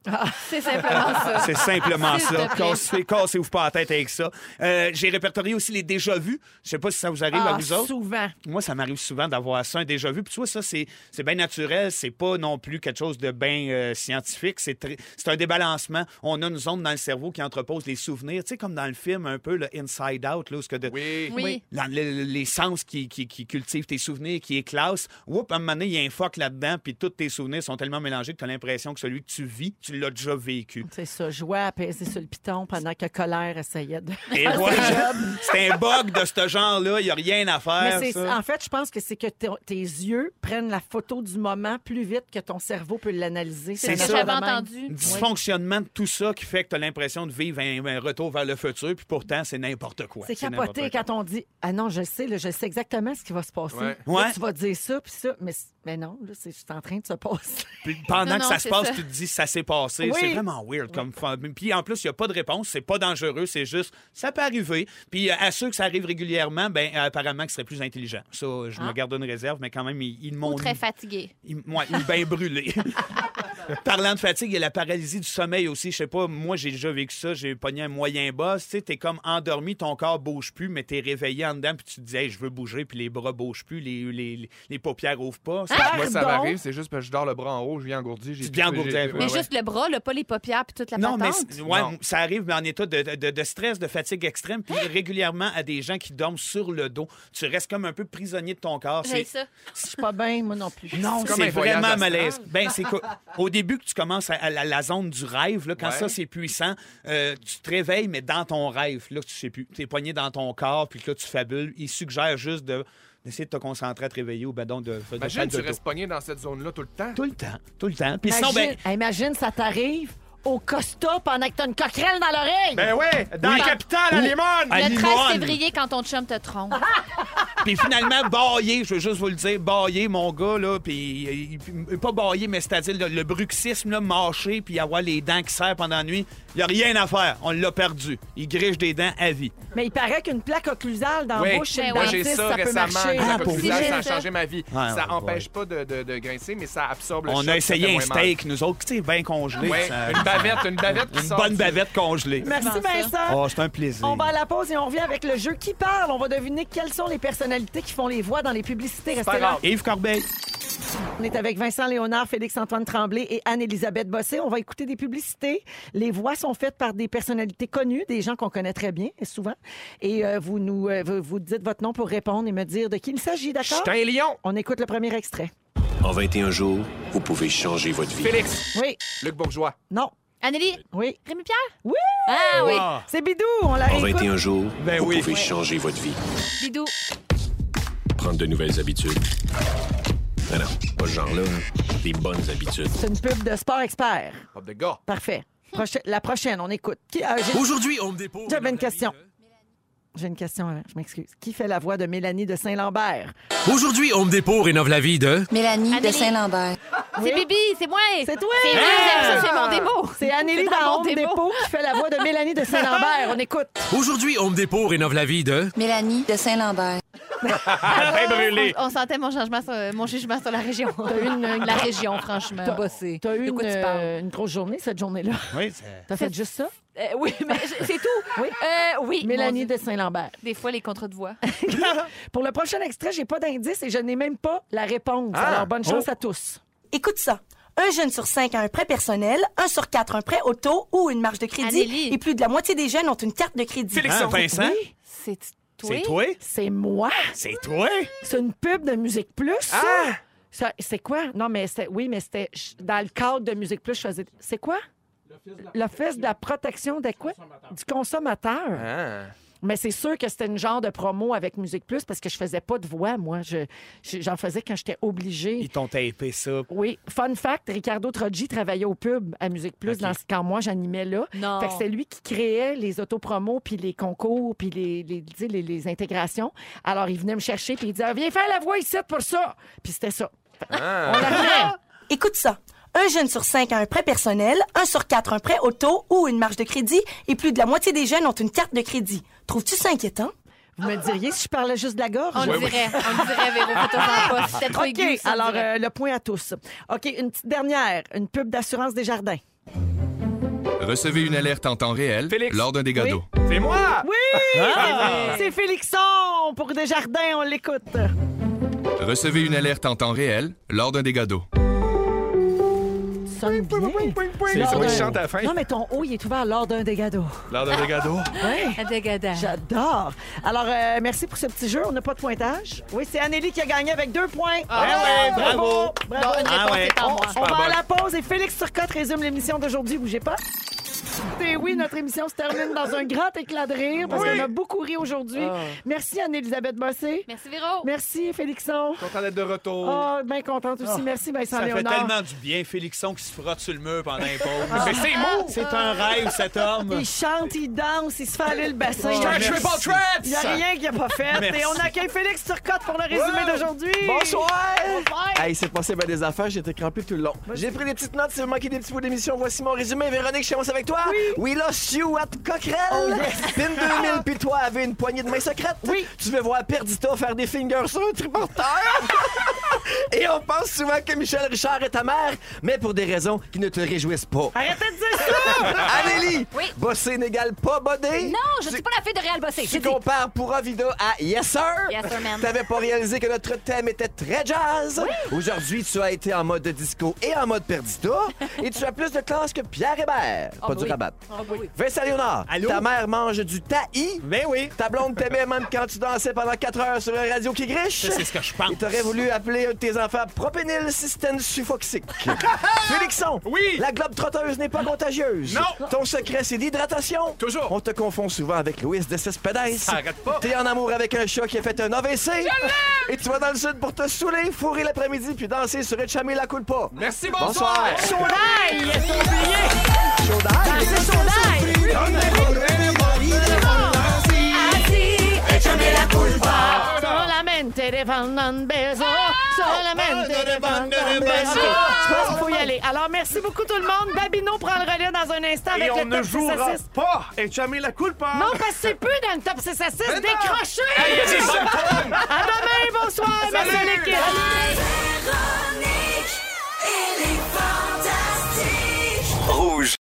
C: C'est simplement ça.
B: C'est simplement
C: S'il te
B: ça.
C: plaît.
B: Cassez- Cassez-vous pas la tête avec ça. Euh, J'ai répertorié aussi les déjà-vus. Je sais pas si ça vous arrive à
A: Ah,
B: vous autres.
A: souvent.
B: Moi, ça m'arrive souvent d'avoir ça, un déjà-vu. Puis tu vois, ça, c'est c'est bien naturel. C'est pas non plus quelque chose de bien euh, scientifique. C'est très- c'est un débalancement. On a une zone dans le cerveau qui entrepose les souvenirs. Tu sais, comme dans le film, un peu, le Inside Out, là, où ce que de-
D: Oui.
C: Oui.
B: dans le- les sens qui, qui, qui cultivent tes souvenirs, qui éclassent. Oups, à un moment donné, il y a un fuck là-dedans, puis tous tes souvenirs sont tellement mélangés que tu as l'impression que celui que tu vis, tu l'as déjà vécu.
A: C'est ça, joie apaisée sur le piton pendant que colère essayait de.
B: Et voilà. C'est un bug de ce genre-là. Il n'y a rien à faire.
A: Mais c'est-
B: ça.
A: en fait, je pense que c'est que t- tes yeux prennent la photo du moment plus vite que ton cerveau peut l'analyser.
C: C'est
A: un
C: ce que
A: affaire de
C: j'avais
A: même.
C: entendu.
B: Dysfonctionnement de tout ça qui fait que tu as l'impression de vivre un, un retour vers le futur, puis pourtant, c'est n'importe quoi.
A: C'est capoté
B: n'importe quoi.
A: quand on dit Ah non, je le sais, là, je sais exactement ce qui va se passer.
D: Ouais.
A: Là,
B: Ouais.
A: tu vas dire ça, puis ça. Mais, c- mais non, là, c'est juste en train de se passer.
B: Puis pendant
C: Non,
B: que
C: non,
B: ça se
C: c'est
B: passe,
C: ça.
B: tu te dis ça s'est passé.
A: Oui.
B: C'est vraiment weird comme fa- Puis en plus, il n'y a pas de réponse, c'est pas dangereux, c'est juste ça peut arriver. Puis euh, à ceux que ça arrive régulièrement, ben euh, apparemment que ce serait plus intelligent. Ça, je
A: Ah.
B: me garde une réserve, mais quand même, ils, ils m'ont
C: Ou très fatigué.
B: Il, ouais, il est bien brûlé. Parlant de fatigue, il y a la paralysie du sommeil aussi. Je sais pas, moi, j'ai déjà vécu ça. J'ai pogné un moyen boss. Tu sais, t'es comme endormi, ton corps bouge plus, mais t'es réveillé en dedans, puis tu te dis, Hey, je veux bouger, puis les bras bougent plus, les, les, les, les paupières ouvrent pas. Ça-
D: Moi, ça
A: Pardon?
D: m'arrive, c'est juste parce que je dors le bras en haut, je viens engourdi. j'ai
B: Tu te
D: plus-
B: viens engourdi,
D: j'ai-
B: oui.
C: Mais
D: ouais,
C: juste le bras, le pas les paupières, puis toute la
B: Non, mais
C: patente.
B: c'est- ouais,
D: Non.
B: ça arrive mais en état de, de- de stress, de fatigue extrême, puis régulièrement à des gens qui dorment sur le dos. Tu restes comme un peu prisonnier de ton corps.
C: J'ai
B: C'est-
C: ça.
A: Je suis pas bien, moi non plus.
B: Non,
D: comme
B: c'est
D: un voyage
B: vraiment
D: astral.
B: malaise. Ben, c'est qu'au- au début que tu commences à, à la, la zone du rêve, là, quand
D: Ouais.
B: ça c'est puissant, euh, tu te réveilles, mais dans ton rêve, là, tu sais plus. Tu es poigné dans ton corps, puis que là, tu fabules. Il suggère juste de- d'essayer de te concentrer à te réveiller ou ben donc de, de faire
D: Imagine,
B: le
D: tu
B: dodo.
D: restes pogné dans cette zone-là tout le temps.
B: Tout le temps, tout le temps. Puis sinon,
A: Imagine,
B: ben,
A: hey, imagine, ça t'arrive au Costa pendant que t'as une coquerelle dans l'oreille.
D: Ben ouais, dans
B: Oui.
D: la capitale, à
B: Oui.
D: Limone!
B: À
C: Le 13
B: Limone.
C: février, quand ton chum te trompe.
B: Puis finalement, baillé, je veux juste vous le dire, baillé, mon gars, là, puis il- il- pas baillé, mais c'est-à-dire le, le bruxisme, là, mâcher, puis avoir les dents qui serrent pendant la nuit, il n'y a rien à faire. On l'a perdu. Il griche des dents à vie.
A: Mais il paraît qu'une plaque occlusale dans
D: Oui,
A: la bouche, chez le
C: Ben oui.
D: Moi,
A: dentiste,
D: j'ai ça,
A: peut
D: récemment.
A: marcher.
D: avec la
B: Ah, pour
D: coquille
C: vrai?
D: d'âge, ça a
C: J'ai ça.
D: changé ma vie.
B: Ah,
D: ça
B: ouais,
D: empêche pas de, de- de grincer, mais ça absorbe le
B: On
D: choc,
B: a
D: ça fait
B: essayé un
D: moins mal.
B: steak, nous autres, tu sais, bien congelé.
D: Ouais,
B: ça-
D: une bavette, une bavette qui
B: une
D: sort
B: bonne
D: du-
B: bavette congelée.
A: Merci
C: Comment ça?
A: Vincent.
B: Oh, c'est un plaisir.
A: On va à la pause et on revient avec le jeu qui parle. On va deviner quelles sont les personnalités qui font les voix dans les publicités. Restez là.
D: grave.
B: Yves Corbeil.
A: On est avec Vincent Léonard, Félix-Antoine Tremblay et Anne-Élisabeth Bossé. On va écouter des publicités. Les voix sont faites par des personnalités connues, des gens qu'on connaît très bien, souvent. Et euh, vous nous euh, vous, vous dites votre nom pour répondre et me dire de qui il s'agit, d'accord?
D: J'étais un lion.
A: On écoute le premier extrait.
G: En 21 jours, vous pouvez changer votre vie.
D: Félix,
A: Oui,
D: Luc Bourgeois,
A: non,
C: Anneli,
A: oui.
C: Rémi-Pierre?
A: Oui!
C: Ah oui,
B: Ah,
A: C'est Bidou, on la
G: En
A: réécoute.
G: 21 jours,
B: Ben
G: vous
B: oui.
G: pouvez changer votre vie.
C: Bidou.
G: Prendre de nouvelles habitudes. Ah non, pas ce genre-là. hein. Des bonnes habitudes.
A: C'est une pub de Sport Expert.
D: Bob de gars.
A: Parfait. Proche- la prochaine, on écoute. Qui- euh, j'ai-
H: Aujourd'hui, on me dépose.
A: J'avais une question. J'ai une question, hein, je m'excuse. Qui fait la voix de Mélanie de Saint-Lambert?
H: Aujourd'hui, on me dépose rénove la vie de.
I: Mélanie
C: Anneli.
I: de Saint-Lambert.
A: Oui.
C: C'est Bibi, c'est moi.
A: C'est toi!
C: C'est moi,
A: Ah!
C: ça, c'est mon démo.
A: C'est Anneli
C: C'est dans
A: dans
C: mon
A: Home
C: démo.
A: Depot qui fait la voix de Mélanie de Saint-Lambert. On écoute.
H: Aujourd'hui, on me dépose rénove la vie de.
I: Mélanie de Saint-Lambert.
D: Ben brûlé.
C: On, on sentait mon jugement sur, mon jugement sur la région. la région, franchement. Bossé.
A: T'as eu
C: Bah, De quoi
A: une,
C: tu parles?
A: euh, une grosse journée cette journée-là.
B: oui, c'est-
A: T'as fait juste ça?
C: Euh, oui, mais je- c'est tout.
A: Oui.
C: Euh, oui.
A: Mélanie
C: mon Dieu.
A: de Saint-Lambert.
C: Des fois, les contrats de voix.
A: Pour le prochain extrait, j'ai pas d'indice et je n'ai même pas la réponse. Alors, bonne chance à tous.
J: Écoute ça. Un jeune sur cinq a un prêt personnel, un sur quatre un prêt auto ou une marge de crédit.
C: Anneli.
J: Et plus de la moitié des jeunes ont une carte de crédit.
B: Hein, Vincent?
C: C'est toi.
B: C'est toi?
A: C'est moi?
B: C'est toi?
A: C'est une pub de Musique Plus, ça? Ça, c'est quoi? Non, mais c'était. Oui, mais c'était. je- Dans le cadre de Musique Plus, je faisais. C'est quoi? L'Office de la protection des quoi? Du consommateur.
D: Ah.
A: Mais c'est sûr que c'était une genre de promo avec Musique Plus parce que je faisais pas de voix, moi. Je, je- j'en faisais quand j'étais obligée.
B: Ils t'ont tapé ça.
A: Oui. Fun fact, Ricardo Troggi travaillait au pub à Musique Plus
B: Ok.
A: dans ce- quand moi j'animais là.
C: Non.
A: Fait que c'est lui qui créait les autopromos, puis les concours, puis les, les, tu sais, les- les intégrations. Alors, il venait me chercher, puis il disait « Viens faire la voix ici pour ça! » Puis c'était ça.
D: Ah.
A: On arrivait.
J: Écoute ça. Un jeune sur cinq a un prêt personnel, un sur quatre un prêt auto ou une marge de crédit. Et plus de la moitié des jeunes ont une carte de crédit. Trouves-tu ça inquiétant?
A: Vous me diriez si je parlais juste de la gorge?
C: On le dirait. On le dirait, Véro. Fais-toi pas poste. C'était trop aigu.
A: OK,
C: ça, on
A: alors
C: dirait.
A: euh, le point à tous. OK, une petite dernière. Une pub d'assurance des jardins.
K: Recevez une alerte en temps réel
D: Félix.
K: lors d'un dégât
A: Oui.
K: d'eau.
D: C'est moi! Ah!
A: Oui! C'est Félixon pour Desjardins, on l'écoute.
K: Recevez une alerte en temps réel lors d'un dégât d'eau.
A: Sonne bien.
D: C'est
A: Lors
D: toi qui
A: d'un-
D: chante à la fin.
A: Non, mais ton haut, il est ouvert lors d'un dégât d'eau.
D: Lors d'un dégât d'eau.
A: Oui,
C: Euh, Adagada.
A: j'adore. Alors, euh, merci pour ce petit jeu. On n'a pas de pointage. Oui, c'est Anélie qui a gagné avec deux points.
C: Ah
B: ouais, bravo.
A: Bravo.
C: Bon, une
B: Ah
C: réponse
B: ouais.
C: est en moi.
A: On va à la pause et Félix Turcotte résume l'émission d'aujourd'hui. Bougez pas. Et oui, notre émission se termine dans un grand éclat de rire parce qu'on a beaucoup ri aujourd'hui.
C: Ah.
A: Merci Anne-Elisabeth Bossé.
C: Merci, Véro.
A: Merci Félixon.
D: Content d'être de retour. Ah.
A: Oh, bien contente aussi. Merci Vincent
B: Ça fait
A: Léonard.
B: tellement du bien, Félixon qui se frotte sur le mur pendant les pauses.
D: Ah. Mais c'est moi!
B: C'est un rêve, cet homme.
A: Il chante, il danse, il se fait aller le bassin.
B: Oh,
A: Il y a-
D: Catch me ball traps!
A: il n'y a rien qu'il n'a pas fait.
B: Merci.
A: Et on accueille Félix Turcotte pour le résumé d'aujourd'hui.
L: Bonsoir!
C: Bonsoir.
L: Hey, c'est passé bien des affaires, j'étais crampé tout le long. J'ai pris des petites notes, si vous manquez des petits bouts d'émission, voici mon résumé. Véronique, je commence avec toi. Oui. We lost you at Coquerel. Pin 2000, puis toi avais une poignée de main secrète.
A: Oui.
L: Tu veux voir Perdita faire des fingers sur un triporteur. Et on pense souvent que Michel Richard est ta mère, mais pour des raisons qui ne te réjouissent pas.
A: Arrêtez de dire ça!
L: Amélie!
C: Oui.
L: Bossé n'égale pas bodé.
C: Non, je ne suis pas la fille de Réal Bossé.
L: Tu
C: J'ai dit.
L: compares pour Vida à Yes Sir.
C: Yes, sir, man.
L: T'avais pas réalisé que notre thème était très jazz. Aujourd'hui, tu as été en mode disco et en mode perdita. et tu as plus de classe que Pierre Hébert.
C: Ah,
L: pas
C: bah
L: du
C: oui.
L: rabat.
C: Ah, bah oui.
L: Vincent Léonard,
B: Allô?
L: ta mère mange du tahi.
B: Ben oui.
L: Ta blonde t'aimait même quand tu dansais pendant 4 heures sur un radio qui griche.
B: Ça, c'est ce que je pense.
L: Et t'aurais voulu appeler un de tes enfants propényl système sulfoxique. Félixon,
D: Oui.
L: la globe trotteuse n'est pas contagieuse.
D: Non.
L: Ton secret, c'est l'hydratation.
D: Toujours.
L: On te confond souvent avec Louis de Cespedes.
D: Ça arrête pas.
L: T'es en amour avec un chat qui a fait un AVC. Et tu vas dans le sud pour te saouler, fourrer l'après-midi, puis danser sur Etchamé la coule pas.
D: Merci, bonsoir!
A: Chaudaille! On l'amène! Ah. Solamente de un beso. Solamente de un
J: Ah, beso.
A: beso. Je pense qu'il faut y aller. Alors, merci beaucoup tout le monde. Babino prend le relais dans un instant
J: Et
A: avec le
J: on ne
A: top 6 à
J: jouera
A: 6.
J: pas. Et tu as mis la culpa.
A: Non, parce que c'est peu dans le top 6 à 6.
J: Mais non.
A: Décrochez!
J: Hey, c'est ça.
A: à demain, bonsoir,
J: Salut.
A: merci l'équipe.
J: Salut.